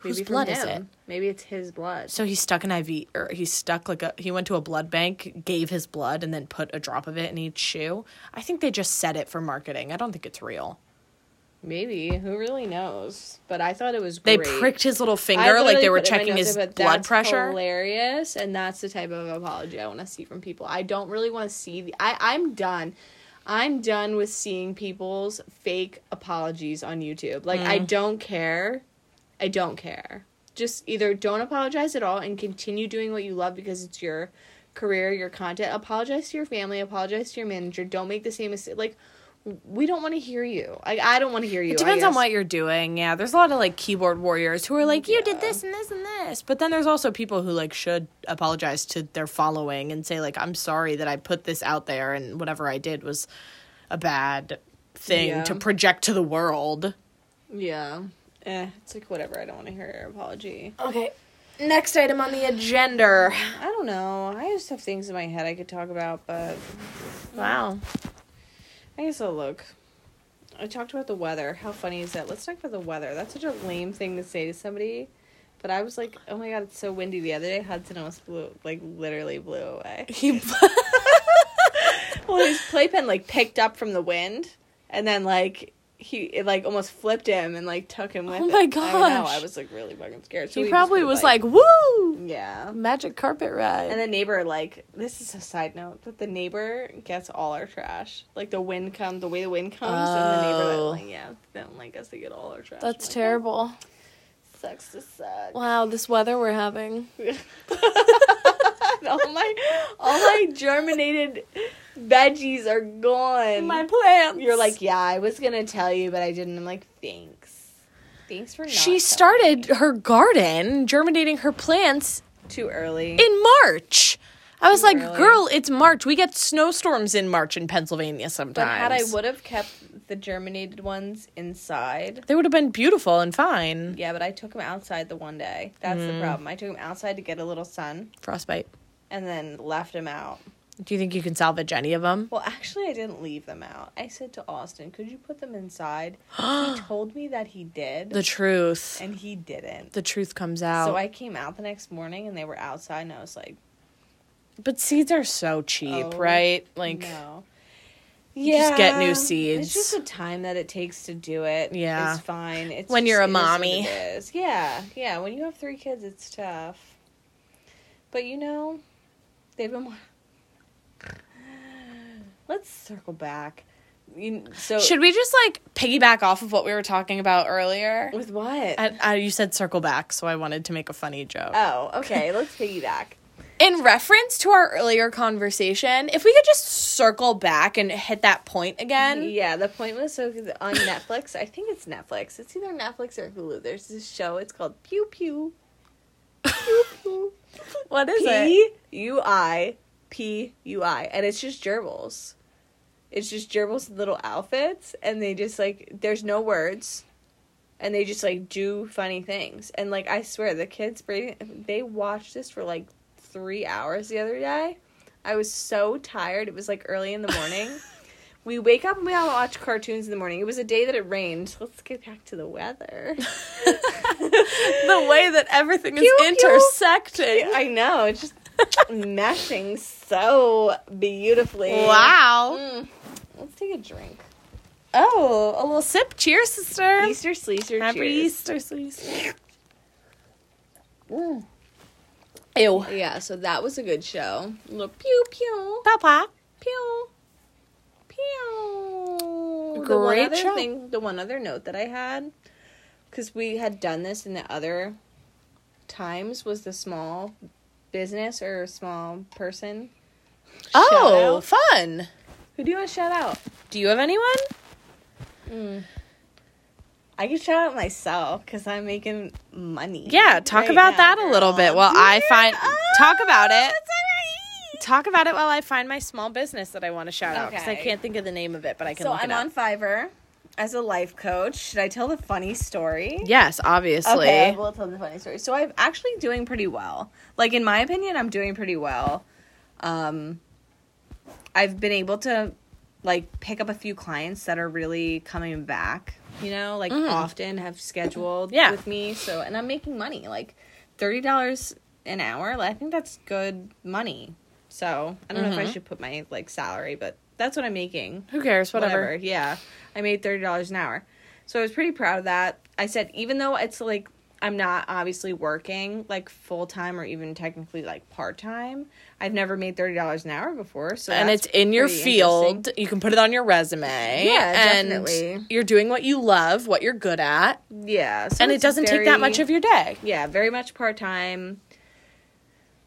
[SPEAKER 1] Maybe
[SPEAKER 2] Whose
[SPEAKER 1] from
[SPEAKER 2] blood is it?
[SPEAKER 1] him. Maybe it's his blood.
[SPEAKER 2] So he stuck an IV, or he stuck like a. He went to a blood bank, gave his blood, and then put a drop of it in each shoe. I think they just said it for marketing. I don't think it's real.
[SPEAKER 1] Maybe who really knows? But I thought it was
[SPEAKER 2] They
[SPEAKER 1] great.
[SPEAKER 2] pricked his little
[SPEAKER 1] I
[SPEAKER 2] finger, like
[SPEAKER 1] literally
[SPEAKER 2] they were
[SPEAKER 1] put it in my
[SPEAKER 2] checking
[SPEAKER 1] notes,
[SPEAKER 2] his
[SPEAKER 1] but
[SPEAKER 2] blood
[SPEAKER 1] that's
[SPEAKER 2] pressure.
[SPEAKER 1] Hilarious, and that's the type of apology I want to see from people. I don't really want to see the. I I'm done. I'm done with seeing people's fake apologies on YouTube. Like
[SPEAKER 2] Mm.
[SPEAKER 1] I don't care. I don't care. Just either don't apologize at all and continue doing what you love because it's your career, your content. Apologize to your family. Apologize to your manager. Don't make the same mistake. Like we don't want to hear you. Like I don't want to hear you.
[SPEAKER 2] It
[SPEAKER 1] I
[SPEAKER 2] depends on
[SPEAKER 1] guess.
[SPEAKER 2] what you're doing. Yeah, there's a lot of like keyboard warriors who are like, you did this and this and this. But then there's also people who like should apologize to their following and say like, I'm sorry that I put this out there and whatever I did was a bad thing
[SPEAKER 1] Yeah.
[SPEAKER 2] to project to the world.
[SPEAKER 1] Yeah. Eh, it's like whatever. I don't want to hear your apology.
[SPEAKER 2] Okay. Next item on the agenda.
[SPEAKER 1] I don't know. I just have things in my head I could talk about, but
[SPEAKER 2] Wow.
[SPEAKER 1] I guess I'll look. I talked about the weather. How funny is that? Let's talk about the weather. That's such a lame thing to say to somebody. But I was like, oh my god, it's so windy the other day. Hudson almost blew, like, literally blew away.
[SPEAKER 2] He
[SPEAKER 1] well, his playpen, like, picked up from the wind, and then, like, he, it, like, almost flipped him and, like, took him with
[SPEAKER 2] Oh
[SPEAKER 1] it.
[SPEAKER 2] my
[SPEAKER 1] I know.
[SPEAKER 2] gosh.
[SPEAKER 1] I was, like, really fucking scared. So
[SPEAKER 2] he
[SPEAKER 1] we just
[SPEAKER 2] probably
[SPEAKER 1] were,
[SPEAKER 2] was like, woo!
[SPEAKER 1] yeah.
[SPEAKER 2] Magic carpet ride.
[SPEAKER 1] And the neighbor, like, this is a side note, but the neighbor gets all our trash. Like the wind comes, the way the wind comes, and the neighbor,
[SPEAKER 2] Oh.
[SPEAKER 1] like, yeah, they don't like us. They get all our trash.
[SPEAKER 3] That's
[SPEAKER 1] I'm like,
[SPEAKER 3] terrible.
[SPEAKER 1] "That Sucks to suck.
[SPEAKER 3] Wow, this weather we're having.
[SPEAKER 1] And all my, all my germinated veggies are gone.
[SPEAKER 2] my plants.
[SPEAKER 1] You're like, yeah, I was gonna tell you, but I didn't. I'm like, thanks, thanks for. Not
[SPEAKER 2] she
[SPEAKER 1] telling
[SPEAKER 2] started her garden, germinating her plants
[SPEAKER 1] me." too early.
[SPEAKER 2] in March. I was like,
[SPEAKER 1] Really?
[SPEAKER 2] girl, it's March. We get snowstorms in March in Pennsylvania
[SPEAKER 1] but
[SPEAKER 2] sometimes.
[SPEAKER 1] had I would have kept the germinated ones inside,
[SPEAKER 2] they would have been beautiful and fine.
[SPEAKER 1] Yeah, but I took him outside the one day. That's the problem. I took him outside to get a little sun
[SPEAKER 2] Frostbite.
[SPEAKER 1] and then left him out.
[SPEAKER 2] Do you think you can salvage any of them?
[SPEAKER 1] Well, actually, I didn't leave them out. I said to Austin, could you put them inside? he told me that he did,
[SPEAKER 2] The truth.
[SPEAKER 1] and he didn't.
[SPEAKER 2] The truth comes out.
[SPEAKER 1] So I came out the next morning and they were outside, and I was like,
[SPEAKER 2] but seeds are so cheap,
[SPEAKER 1] Oh,
[SPEAKER 2] right? Like,
[SPEAKER 1] no.
[SPEAKER 2] just get new
[SPEAKER 1] It's just the time that it takes to do it.
[SPEAKER 2] Yeah.
[SPEAKER 1] It's fine. It's
[SPEAKER 2] When you're a
[SPEAKER 1] just- it is what
[SPEAKER 2] mommy.
[SPEAKER 1] it is. Yeah, yeah. When you have three kids, it's tough. But you know, they've been. wa-
[SPEAKER 4] let's circle back. You, so
[SPEAKER 2] Should we just like piggyback off of what we were talking about earlier?
[SPEAKER 1] With what?
[SPEAKER 4] I, I, you said circle back, so I wanted to make a funny joke.
[SPEAKER 1] oh, okay. Let's piggyback.
[SPEAKER 2] In reference to our earlier conversation, if we could just circle back and hit that point again.
[SPEAKER 1] Yeah, the point was so on Netflix. I think it's Netflix. It's either Netflix or Hulu. There's this show. It's called Pew Pew. Pew Pew.
[SPEAKER 2] What is it?
[SPEAKER 1] P U I P U I, and it's just gerbils. It's just gerbils in little outfits, and they just like there's no words, and they just like do funny things. And like I swear, the kids brain- they watched this for like three hours the other day. I was so tired. It was like early in the morning. we wake up and we all watch cartoons in the morning. It was a day that it rained. Let's get back to the weather.
[SPEAKER 2] The way that everything is
[SPEAKER 1] Pew, pew.
[SPEAKER 2] intersecting.
[SPEAKER 1] I know. It's just meshing so beautifully.
[SPEAKER 2] Wow.
[SPEAKER 1] Mm. Let's take a drink.
[SPEAKER 2] Oh, a little sip. Cheers, sister.
[SPEAKER 1] Easter sleazer
[SPEAKER 2] Happy
[SPEAKER 1] cheers.
[SPEAKER 2] Easter, sweetie. Ew.
[SPEAKER 1] Yeah, so that was a good show. Little pew pew
[SPEAKER 2] Papa.
[SPEAKER 1] pew pew. the one
[SPEAKER 2] Great
[SPEAKER 1] other
[SPEAKER 2] show.
[SPEAKER 1] thing, the one other note that I had, because we had done this in the other times, was the small business or small person.
[SPEAKER 2] Oh,
[SPEAKER 1] Shout out.
[SPEAKER 2] fun.
[SPEAKER 1] who do you want to shout out?
[SPEAKER 2] Do you have anyone? Mm.
[SPEAKER 1] I can shout out myself because I'm making money.
[SPEAKER 2] Yeah, talk
[SPEAKER 1] right
[SPEAKER 2] about
[SPEAKER 1] now,
[SPEAKER 2] that a little
[SPEAKER 1] girl.
[SPEAKER 2] bit while I find talk about it.
[SPEAKER 1] That's all right.
[SPEAKER 2] Talk about it while I find my small business that I want to shout out because I
[SPEAKER 1] Okay.
[SPEAKER 2] can't think of the name of it, but I can
[SPEAKER 1] So
[SPEAKER 2] look
[SPEAKER 1] I'm
[SPEAKER 2] it up.
[SPEAKER 1] on Fiverr as a life coach. Should I tell the funny story?
[SPEAKER 2] yes, obviously.
[SPEAKER 1] Okay, we'll tell the funny story. So I'm actually doing pretty well. Like in my opinion, I'm doing pretty well. Um, I've been able to like pick up a few clients that are really coming back. You know, like often have scheduled
[SPEAKER 2] Yeah.
[SPEAKER 1] with me. So and I'm making money, like thirty dollars an hour. I think that's good money. So I don't know if I should put my like salary, but that's what I'm making
[SPEAKER 2] Who cares? Whatever.
[SPEAKER 1] whatever. Yeah. I made $30 an hour. So I was pretty proud of that. I said, even though it's like, I'm not obviously working like full time or even technically like part time, I've never made $30 an hour before. So
[SPEAKER 2] And
[SPEAKER 1] that's
[SPEAKER 2] it's in your
[SPEAKER 1] pretty
[SPEAKER 2] field.
[SPEAKER 1] interesting.
[SPEAKER 2] You can put it on your resume.
[SPEAKER 1] Yeah,
[SPEAKER 2] and
[SPEAKER 1] definitely.
[SPEAKER 2] You're doing what you love, what you're good at,
[SPEAKER 1] Yeah. so
[SPEAKER 2] and it
[SPEAKER 1] it's
[SPEAKER 2] doesn't take that
[SPEAKER 1] very-
[SPEAKER 2] much of your day.
[SPEAKER 1] yeah, very much part time.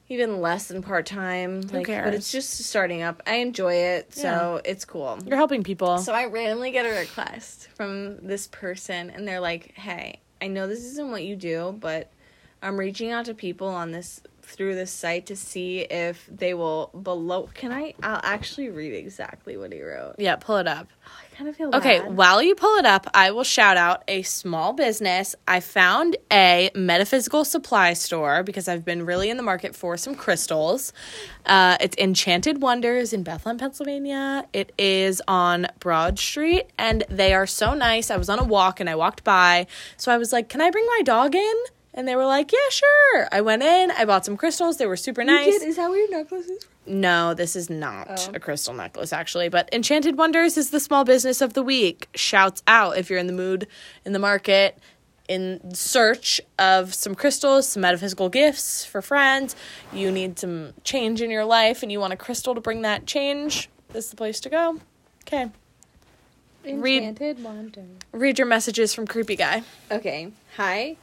[SPEAKER 1] Even less than part time. Like, But
[SPEAKER 2] cares?
[SPEAKER 1] it's just starting up. I enjoy it. So it's cool.
[SPEAKER 2] You're helping people.
[SPEAKER 1] So I randomly get a request from this person, and they're like, "Hey, I know this isn't what you do, but I'm reaching out to people on this through this site to see if they will below." Can I? I'll actually read exactly what he wrote.
[SPEAKER 2] yeah, pull it up.
[SPEAKER 1] I kind of feel
[SPEAKER 2] Okay,
[SPEAKER 1] bad.
[SPEAKER 2] while you pull it up, I will shout out a small business. I found a metaphysical supply store because I've been really in the market for some crystals. Uh, it's Enchanted Wonders in Bethlehem, Pennsylvania. It is on Broad Street and they are so nice. I was on a walk and I walked by. So I was like, Can I bring my dog in? And they were like, Yeah, sure. I went in, I bought some crystals. They were super
[SPEAKER 1] You
[SPEAKER 2] nice.
[SPEAKER 1] did- is that where your necklace is? from?
[SPEAKER 2] No, this is not
[SPEAKER 1] Oh.
[SPEAKER 2] a crystal necklace, actually. But Enchanted Wonders is the small business of the week. Shouts out if you're in the mood, in the market, in search of some crystals, some metaphysical gifts for friends. You need some change in your life and you want a crystal to bring that change. This is the place to go. Okay. Read-
[SPEAKER 1] Enchanted Wonder.
[SPEAKER 2] Read your messages from Creepy Guy.
[SPEAKER 1] Okay. Hi.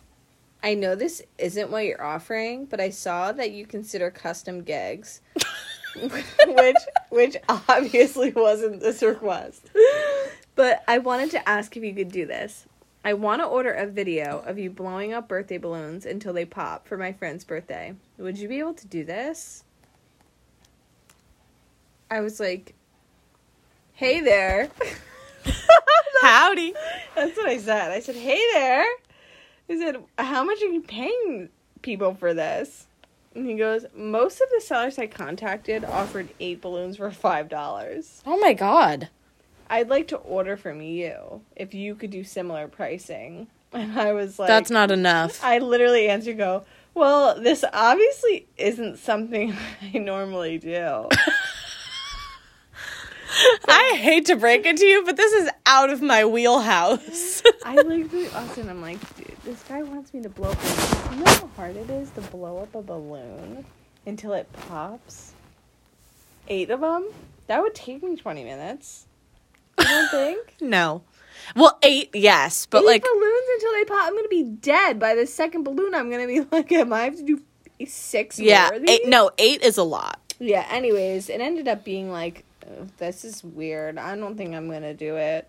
[SPEAKER 1] I know this isn't what you're offering, but I saw that you consider custom gigs. which which obviously wasn't this request. But I wanted to ask if you could do this. I want to order a video of you blowing up birthday balloons until they pop for my friend's birthday. Would you be able to do this? I was like, "Hey there."
[SPEAKER 2] Howdy.
[SPEAKER 1] That's what I said. I said, "Hey there." I said, "How much are you paying people for this?" And he goes, "Most of the sellers I contacted offered eight balloons for five dollars.
[SPEAKER 2] Oh my God.
[SPEAKER 1] I'd like to order from you if you could do similar pricing." And I was like,
[SPEAKER 2] That's not enough.
[SPEAKER 1] I literally answered, "Go." Well, this obviously isn't something I normally do.
[SPEAKER 2] I hate to break it to you, but this is out of my wheelhouse.
[SPEAKER 1] I literally also, and I'm like, dude, this guy wants me to blow up. a- You know how hard it is to blow up a balloon until it pops. Eight of them. That would take me 20 minutes. You don't think?
[SPEAKER 2] No. Well, eight, yes, but
[SPEAKER 1] Eight
[SPEAKER 2] like
[SPEAKER 1] balloons until they pop. I'm gonna be dead by the second balloon. I'm gonna be like, am I have to do six?
[SPEAKER 2] yeah,
[SPEAKER 1] more of
[SPEAKER 2] eight,
[SPEAKER 1] these?
[SPEAKER 2] no, eight is a lot.
[SPEAKER 1] Yeah. Anyways, it ended up being like, "Ugh, this is weird. I don't think I'm gonna do it.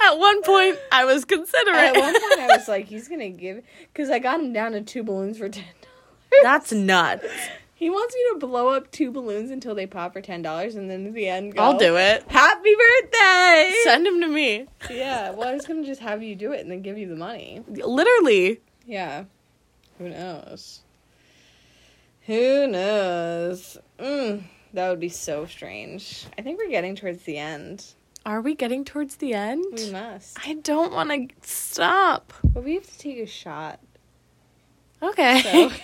[SPEAKER 2] At one point, I was considering.
[SPEAKER 1] At one point, I was like, he's gonna give, because I got him down to two balloons for ten.
[SPEAKER 2] That's nuts.
[SPEAKER 1] He wants me to blow up two balloons until they pop for ten dollars, and then at the end, go,
[SPEAKER 2] I'll do it.
[SPEAKER 1] Happy birthday!
[SPEAKER 2] Send him to me.
[SPEAKER 1] yeah. Well, I was gonna just have you do it and then give you the money.
[SPEAKER 2] Literally.
[SPEAKER 1] Yeah. Who knows? Who knows? Mm, that would be so strange. I think we're getting towards the end.
[SPEAKER 2] Are we getting towards the
[SPEAKER 1] We
[SPEAKER 2] end?
[SPEAKER 1] must.
[SPEAKER 2] I don't want to stop.
[SPEAKER 1] But we have to take a shot.
[SPEAKER 2] Okay.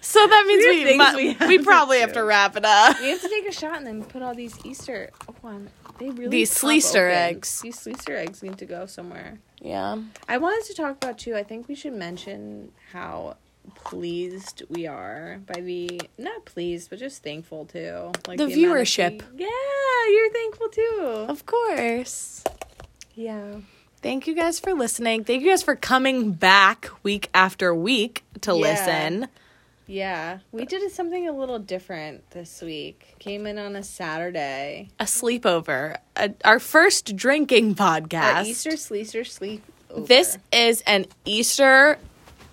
[SPEAKER 2] So, that means
[SPEAKER 1] There are
[SPEAKER 2] we
[SPEAKER 1] things
[SPEAKER 2] mu-
[SPEAKER 1] we
[SPEAKER 2] we,
[SPEAKER 1] have to
[SPEAKER 2] probably have
[SPEAKER 1] do.
[SPEAKER 2] to wrap it up.
[SPEAKER 1] We have to take a shot and then put all these Easter. Oh, I'm- they really
[SPEAKER 2] These
[SPEAKER 1] pop
[SPEAKER 2] Sleester
[SPEAKER 1] open.
[SPEAKER 2] eggs.
[SPEAKER 1] These Sleester eggs need to go somewhere.
[SPEAKER 2] Yeah.
[SPEAKER 1] I wanted to talk about too. I think we should mention how pleased we are by the not pleased, but just thankful too. Like
[SPEAKER 2] The
[SPEAKER 1] amount of
[SPEAKER 2] viewership.
[SPEAKER 1] pe- yeah, you're thankful too.
[SPEAKER 2] Of course.
[SPEAKER 1] Yeah.
[SPEAKER 2] Thank you guys for listening. Thank you guys for coming back week after week to
[SPEAKER 1] Yeah.
[SPEAKER 2] listen.
[SPEAKER 1] Yeah, we did something a little different this week. Came in on a Saturday.
[SPEAKER 2] A sleepover, a, our first drinking podcast.
[SPEAKER 1] Our Easter Sleaser sleep. over.
[SPEAKER 2] This is an Easter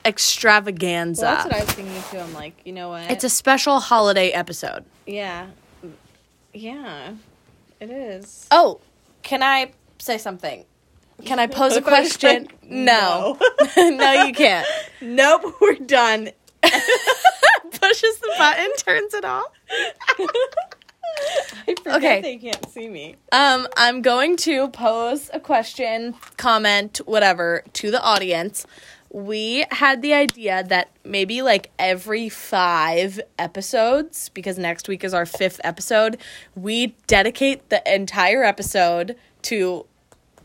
[SPEAKER 2] extravaganza.
[SPEAKER 1] Well, that's what I was thinking too. I'm like, you know what?
[SPEAKER 2] it's a special holiday episode.
[SPEAKER 1] yeah, yeah, it is.
[SPEAKER 2] Oh, can I say something? Can I pose a
[SPEAKER 1] If I was
[SPEAKER 2] question?
[SPEAKER 1] like,
[SPEAKER 2] No. no, you can't.
[SPEAKER 1] Nope, we're done.
[SPEAKER 2] Pushes the button, turns it off.
[SPEAKER 1] I forget
[SPEAKER 2] Okay.
[SPEAKER 1] they can't see me.
[SPEAKER 2] Um, I'm going to pose a question, comment, whatever, to the audience. We had the idea that maybe like every five episodes, because next week is our fifth episode, we dedicate the entire episode to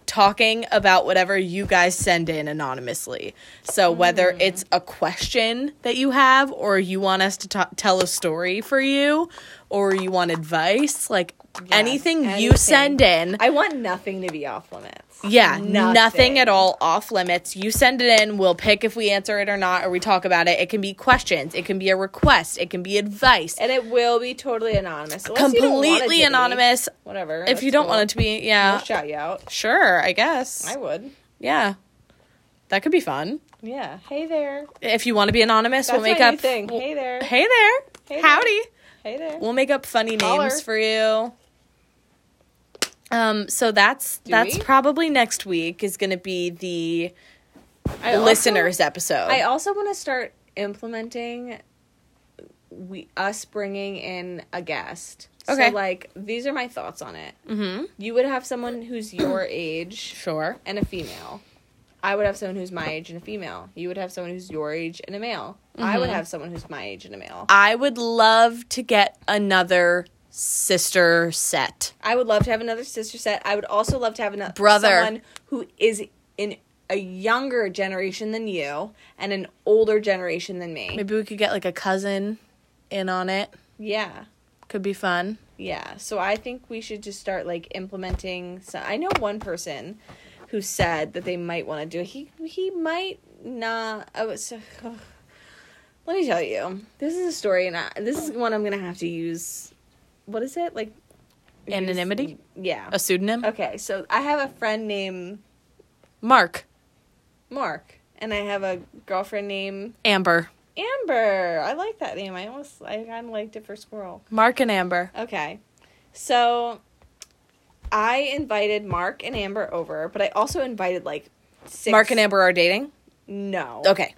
[SPEAKER 2] talking about whatever you guys send in anonymously. So whether
[SPEAKER 1] Hmm.
[SPEAKER 2] it's a question that you have or you want us to ta- tell a story for you or you want advice, like anything, you
[SPEAKER 1] anything.
[SPEAKER 2] send in.
[SPEAKER 1] I want nothing to be off limits.
[SPEAKER 2] yeah, nothing.
[SPEAKER 1] Nothing.
[SPEAKER 2] at all off limits. You send it in, we'll pick if we answer it or not or we talk about it. It can be questions, it can be a request, it can be advice.
[SPEAKER 1] And it will be totally anonymous. Unless you don't want it to
[SPEAKER 2] Completely
[SPEAKER 1] be.
[SPEAKER 2] anonymous.
[SPEAKER 1] Whatever.
[SPEAKER 2] If you don't want it to be, yeah.
[SPEAKER 1] I'll shout you out.
[SPEAKER 2] Sure, I guess.
[SPEAKER 1] I would.
[SPEAKER 2] yeah. That could be fun.
[SPEAKER 1] Yeah. Hey there.
[SPEAKER 2] If you want to be anonymous,
[SPEAKER 1] That's
[SPEAKER 2] we'll make
[SPEAKER 1] my
[SPEAKER 2] up
[SPEAKER 1] new thing. Hey there.
[SPEAKER 2] Hey there.
[SPEAKER 1] Hey there.
[SPEAKER 2] Howdy.
[SPEAKER 1] Hey there.
[SPEAKER 2] We'll make up funny
[SPEAKER 1] Holler.
[SPEAKER 2] names for you. Um so that's
[SPEAKER 1] Do
[SPEAKER 2] that's
[SPEAKER 1] we?
[SPEAKER 2] probably next week is going to be the
[SPEAKER 1] I also-
[SPEAKER 2] listeners episode.
[SPEAKER 1] I also want to start implementing we us bringing in a guest.
[SPEAKER 2] Okay.
[SPEAKER 1] So like these are my thoughts on it.
[SPEAKER 2] mhm.
[SPEAKER 1] You would have someone who's your age
[SPEAKER 2] Sure.
[SPEAKER 1] and a female. I would have someone who's my age and a female. You would have someone who's your age and a male. I
[SPEAKER 2] Mm-hmm.
[SPEAKER 1] would have someone who's my age and a male.
[SPEAKER 2] I would love to get another sister set.
[SPEAKER 1] I would love to have another sister set. I would also love to have another
[SPEAKER 2] Brother.
[SPEAKER 1] someone who is in a younger generation than you and an older generation than me.
[SPEAKER 2] Maybe we could get like a cousin in on it.
[SPEAKER 1] Yeah.
[SPEAKER 2] Could be fun.
[SPEAKER 1] Yeah. So I think we should just start like implementing some I know one person who said that they might want to do it. He he might not I was Let me tell you. This is a story and I, this is one I'm going to have to use what is it? Like use-
[SPEAKER 2] Anonymity?
[SPEAKER 1] Yeah.
[SPEAKER 2] A pseudonym?
[SPEAKER 1] Okay. So I have a friend named
[SPEAKER 2] Mark.
[SPEAKER 1] Mark, and I have a girlfriend named
[SPEAKER 2] Amber.
[SPEAKER 1] Amber. I like that name. I almost I kind of liked it for squirrel.
[SPEAKER 2] Mark and Amber.
[SPEAKER 1] Okay, so I invited Mark and Amber over, but I also invited like six.
[SPEAKER 2] Mark and Amber are dating?
[SPEAKER 1] No,
[SPEAKER 2] Okay.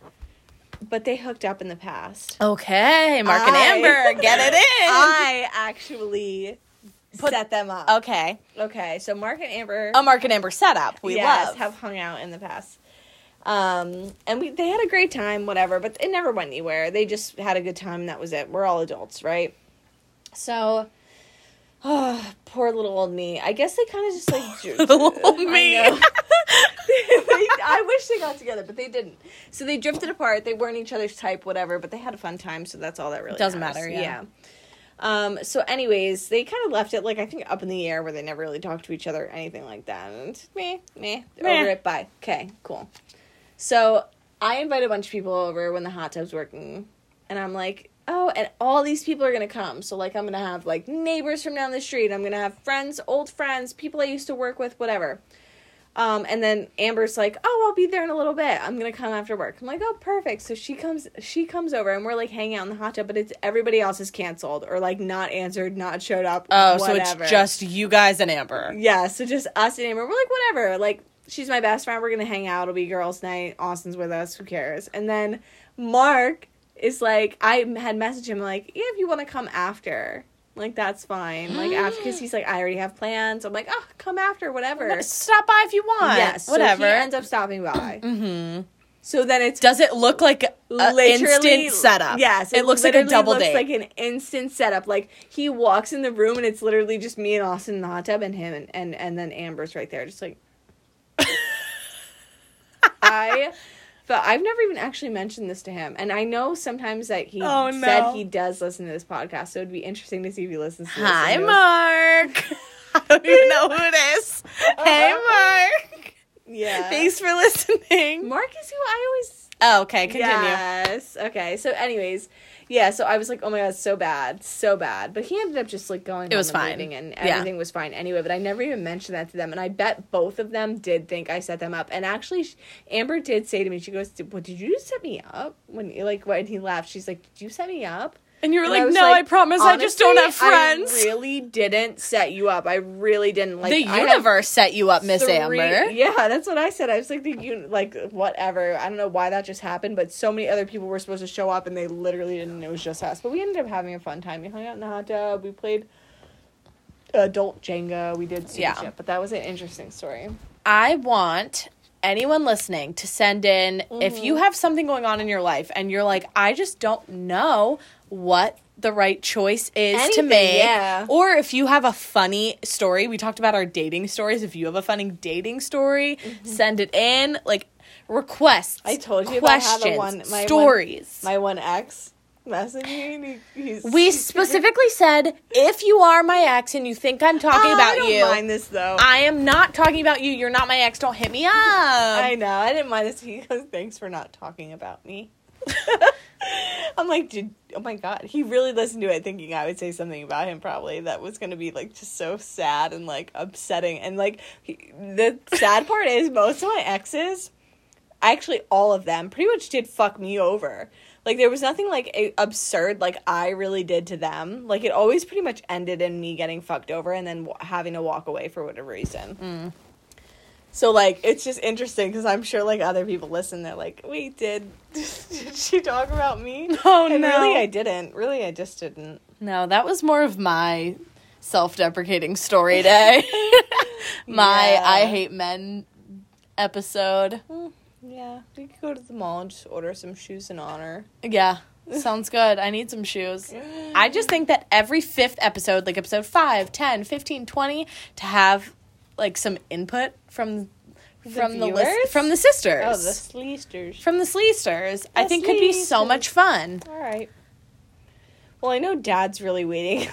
[SPEAKER 1] but they hooked up in the past.
[SPEAKER 2] Okay, Mark and
[SPEAKER 1] I-
[SPEAKER 2] Amber, get it in.
[SPEAKER 1] I actually set them up.
[SPEAKER 2] okay,
[SPEAKER 1] Okay, so Mark and Amber.
[SPEAKER 2] a Mark and Amber setup we
[SPEAKER 1] yes,
[SPEAKER 2] love.
[SPEAKER 1] have hung out in the past. Um, and we they had a great time, whatever, but it never went anywhere. They just had a good time. And that was it. We're all adults, right? So, oh, poor little old me. I guess they kind of just like jer-
[SPEAKER 2] little old
[SPEAKER 1] I
[SPEAKER 2] me.
[SPEAKER 1] know. They- I wish they got together, but they didn't. So they drifted apart. They weren't each other's type, whatever. But they had a fun time, so that's all that really
[SPEAKER 2] Doesn't
[SPEAKER 1] matters.
[SPEAKER 2] matter, yeah.
[SPEAKER 1] Um, so, anyways, they kind of left it like I think up in the air where they never really talked to each other or anything like that. And it's me, me,
[SPEAKER 5] Meh.
[SPEAKER 1] over it. Bye. Okay, cool. So I invite a bunch of people over when the hot tub's working, and I'm like, oh, and all these people are gonna come. So like, I'm gonna have like neighbors from down the street. I'm gonna have friends, old friends, people I used to work with, whatever. Um, and then Amber's like, "Oh, I'll be there in a little bit. I'm gonna come after work." I'm like, "Oh, perfect." So she comes, she comes over, and we're like hanging out in the hot tub, but it's everybody else is canceled or like not answered, not showed up.
[SPEAKER 2] Oh, so
[SPEAKER 1] whatever.
[SPEAKER 2] it's just you guys and Amber.
[SPEAKER 1] yeah. So just us and Amber. We're like, whatever. Like she's my best friend. We're gonna hang out. It'll be girls' night. Austin's with us. Who cares? And then Mark is like, I had messaged him like, yeah, if you want to come after. Like that's fine. Like after, because he's like, I already have plans. I'm like, oh, come after, whatever.
[SPEAKER 2] Stop by if you want.
[SPEAKER 1] Yes,
[SPEAKER 2] whatever.
[SPEAKER 1] So he ends up stopping by. mm-hmm. So then it's
[SPEAKER 2] Does it look like an
[SPEAKER 1] literally
[SPEAKER 2] uh, instant setup?
[SPEAKER 1] Yes,
[SPEAKER 2] it, looks like a
[SPEAKER 1] literally
[SPEAKER 2] double
[SPEAKER 1] looks
[SPEAKER 2] date.
[SPEAKER 1] Like an instant setup. Like he walks in the room and it's literally just me and Austin in the hot tub and him and and, and then Amber's right there, just like. I, but I've never even actually mentioned this to him, and I know sometimes that he
[SPEAKER 2] Oh, no.
[SPEAKER 1] said he does listen to this podcast, so it'd be interesting to see if he listens. to this
[SPEAKER 2] Hi,
[SPEAKER 1] and goes,
[SPEAKER 2] Mark. I don't even know who it is. Hey, Mark.
[SPEAKER 1] Yeah,
[SPEAKER 2] Thanks for listening.
[SPEAKER 1] Mark is who I always
[SPEAKER 2] Oh, okay, continue.
[SPEAKER 1] Yes. Okay. So, anyways, yeah. So I was like, oh my god, so bad, so bad. But he ended up just like going. It
[SPEAKER 2] was fine.
[SPEAKER 1] and
[SPEAKER 2] Yeah.
[SPEAKER 1] everything was fine anyway. But I never even mentioned that to them, and I bet both of them did think I set them up. And actually, sh- Amber did say to me, she goes, "What did you set me up?" When like when he left, she's like, "Did you set me up?"
[SPEAKER 2] And you were
[SPEAKER 1] And
[SPEAKER 2] like,
[SPEAKER 1] was
[SPEAKER 2] no, I promise, I just don't have
[SPEAKER 1] honestly,
[SPEAKER 2] friends.
[SPEAKER 1] I really didn't set you up. I really didn't like
[SPEAKER 2] the
[SPEAKER 1] I have-
[SPEAKER 2] universe set you up, Miss
[SPEAKER 1] three-
[SPEAKER 2] Amber.
[SPEAKER 1] Yeah, that's what I said. I was like the un- like whatever. I don't know why that just happened, but so many other people were supposed to show up and they literally didn't. It was just us. But we ended up having a fun time. We hung out in the hot tub. We played adult Jenga. We did stupid
[SPEAKER 2] Yeah.
[SPEAKER 1] shit. But that was an interesting story.
[SPEAKER 2] I want anyone listening to send in if
[SPEAKER 1] Mm-hmm.
[SPEAKER 2] you have something going on in your life and you're like, I just don't know what the right choice is to
[SPEAKER 1] Anything,
[SPEAKER 2] make.
[SPEAKER 1] yeah.
[SPEAKER 2] Or if you have a funny story, we talked about our dating stories. If you have a funny dating story, send it in. Like requests.
[SPEAKER 1] Mm-hmm. I told you about how
[SPEAKER 2] questions,
[SPEAKER 1] the one- my one-
[SPEAKER 2] stories.
[SPEAKER 1] My one ex messaged me. And he, he's
[SPEAKER 2] we specifically said if you are my ex and you think I'm talking
[SPEAKER 1] I
[SPEAKER 2] about
[SPEAKER 1] don't
[SPEAKER 2] you,
[SPEAKER 1] mind this though.
[SPEAKER 2] I am not talking about you. You're not my ex. Don't hit me up. Um,
[SPEAKER 1] I know. I didn't mind this. He goes, "Thanks for not talking about me." I'm like, Did, "Oh my god!" He really listened to it, thinking I would say something about him. Probably that was going to be like just so sad and like upsetting. And like he, the sad part is, most of my exes, actually all of them, pretty much did fuck me over. Like there was nothing like a- absurd like I really did to them. Like it always pretty much ended in me getting fucked over and then w- having to walk away for whatever reason. So like it's just interesting because I'm sure like other people listen, they're like, "Wait, did did she talk about me?"
[SPEAKER 2] Oh,
[SPEAKER 1] and
[SPEAKER 2] no.
[SPEAKER 1] Really, I didn't. Really, I just didn't.
[SPEAKER 2] No, that was more of my self-deprecating story day. my
[SPEAKER 1] Yeah.
[SPEAKER 2] I hate men episode.
[SPEAKER 1] Yeah, we could go to the mall and just order some shoes in honor. Oh,
[SPEAKER 2] Yeah. Sounds good. I need some shoes. I just think that every fifth episode, like episode 5, 10, 15, 20, to have like some input from from the,
[SPEAKER 1] viewers?
[SPEAKER 2] list from the sisters.
[SPEAKER 1] Oh, the sleesters.
[SPEAKER 2] from the sleesters, I
[SPEAKER 1] The
[SPEAKER 2] think could be so
[SPEAKER 1] Sleesters.
[SPEAKER 2] much fun.
[SPEAKER 1] All right. Well, I know Dad's really waiting.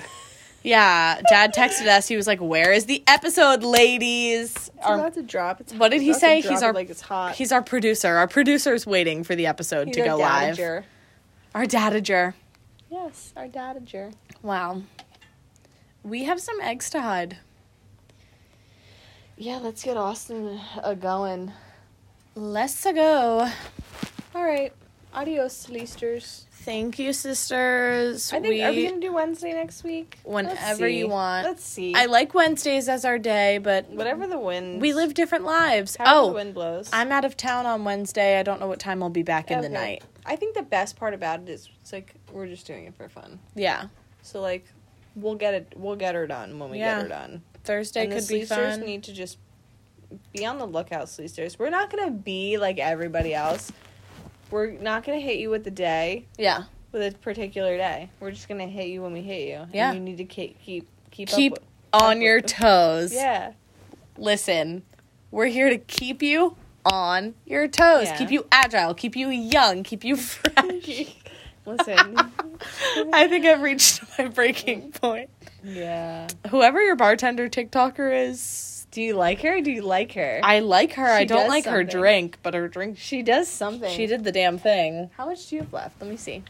[SPEAKER 2] Yeah, Dad texted us. He was like, "Where is the episode, ladies?"
[SPEAKER 1] it's
[SPEAKER 2] Our
[SPEAKER 1] about to drop. It's
[SPEAKER 2] What did
[SPEAKER 1] it's
[SPEAKER 2] he
[SPEAKER 1] about to
[SPEAKER 2] say?
[SPEAKER 1] drop
[SPEAKER 2] He's
[SPEAKER 1] it
[SPEAKER 2] our-
[SPEAKER 1] like it's hot.
[SPEAKER 2] He's our producer. Our producer's waiting for the episode
[SPEAKER 1] He's
[SPEAKER 2] to
[SPEAKER 1] our
[SPEAKER 2] go live.
[SPEAKER 1] dadager.
[SPEAKER 2] Our dadager.
[SPEAKER 1] Yes, our dadager.
[SPEAKER 2] Wow. We have some eggs to hide.
[SPEAKER 1] Yeah, let's get Austin
[SPEAKER 2] uh,
[SPEAKER 1] a going.
[SPEAKER 2] Let's go.
[SPEAKER 1] All right. Adios, sleesters.
[SPEAKER 2] Thank you, sisters.
[SPEAKER 1] I think
[SPEAKER 2] we,
[SPEAKER 1] are we gonna do Wednesday next week?
[SPEAKER 2] Whenever
[SPEAKER 1] Let's
[SPEAKER 2] you
[SPEAKER 1] see.
[SPEAKER 2] want.
[SPEAKER 1] Let's see.
[SPEAKER 2] Uh, I like Wednesdays as our day, but
[SPEAKER 1] whatever the wind.
[SPEAKER 2] we live different lives.
[SPEAKER 1] However the
[SPEAKER 2] oh,
[SPEAKER 1] wind blows.
[SPEAKER 2] I'm out of town on Wednesday. I don't know what time I'll be back in the
[SPEAKER 1] Okay.
[SPEAKER 2] night.
[SPEAKER 1] I think the best part about it is it's like we're just doing it for fun.
[SPEAKER 2] Yeah.
[SPEAKER 1] So like, we'll get it. We'll get her done when we
[SPEAKER 2] Yeah.
[SPEAKER 1] get her done.
[SPEAKER 2] Thursday
[SPEAKER 1] and
[SPEAKER 2] could
[SPEAKER 1] the
[SPEAKER 2] be
[SPEAKER 1] sleesters
[SPEAKER 2] fun.
[SPEAKER 1] need to just be on the lookout, sleesters. We're not gonna be like everybody else. We're not gonna hit you with the day
[SPEAKER 2] yeah.
[SPEAKER 1] with a particular day. We're just gonna hit you when we hit you.
[SPEAKER 2] Yeah.
[SPEAKER 1] And you need to keep keep keep,
[SPEAKER 2] Keep
[SPEAKER 1] up.
[SPEAKER 2] on your toes.
[SPEAKER 1] With, yeah.
[SPEAKER 2] listen, we're here to keep you on your toes,
[SPEAKER 1] Yeah.
[SPEAKER 2] keep you agile, keep you young, keep you fresh.
[SPEAKER 1] like Listen.
[SPEAKER 2] I think I've reached my breaking point.
[SPEAKER 1] yeah.
[SPEAKER 2] Whoever your bartender TikToker is,
[SPEAKER 1] Do you like her? Or do you like her?
[SPEAKER 2] I like her. I
[SPEAKER 1] She
[SPEAKER 2] don't
[SPEAKER 1] does
[SPEAKER 2] like her
[SPEAKER 1] something.
[SPEAKER 2] drink, but her drink.
[SPEAKER 1] she does something.
[SPEAKER 2] She did the damn thing.
[SPEAKER 1] How much do you have left? Let me see.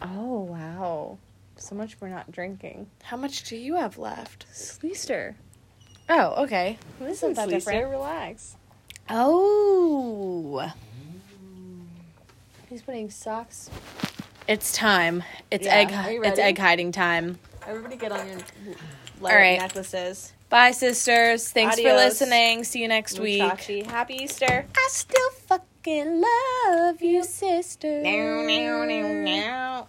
[SPEAKER 1] Oh wow. So much we're not drinking.
[SPEAKER 2] How much do you have left?
[SPEAKER 1] Sleester.
[SPEAKER 2] Oh, okay.
[SPEAKER 1] This isn't
[SPEAKER 2] that different.
[SPEAKER 1] Relax.
[SPEAKER 2] Oh.
[SPEAKER 1] He's putting socks.
[SPEAKER 2] It's time. It's
[SPEAKER 1] Yeah.
[SPEAKER 2] egg.
[SPEAKER 1] Are you
[SPEAKER 2] It's
[SPEAKER 1] ready?
[SPEAKER 2] egg hiding time.
[SPEAKER 1] Everybody get on your
[SPEAKER 2] All right.
[SPEAKER 1] necklaces.
[SPEAKER 2] Bye, sisters. Thanks for
[SPEAKER 1] Adios.
[SPEAKER 2] listening. See you next week.
[SPEAKER 1] Muchachi. Happy Easter.
[SPEAKER 2] I still fucking love you, sister.
[SPEAKER 1] Meow, meow, meow, meow.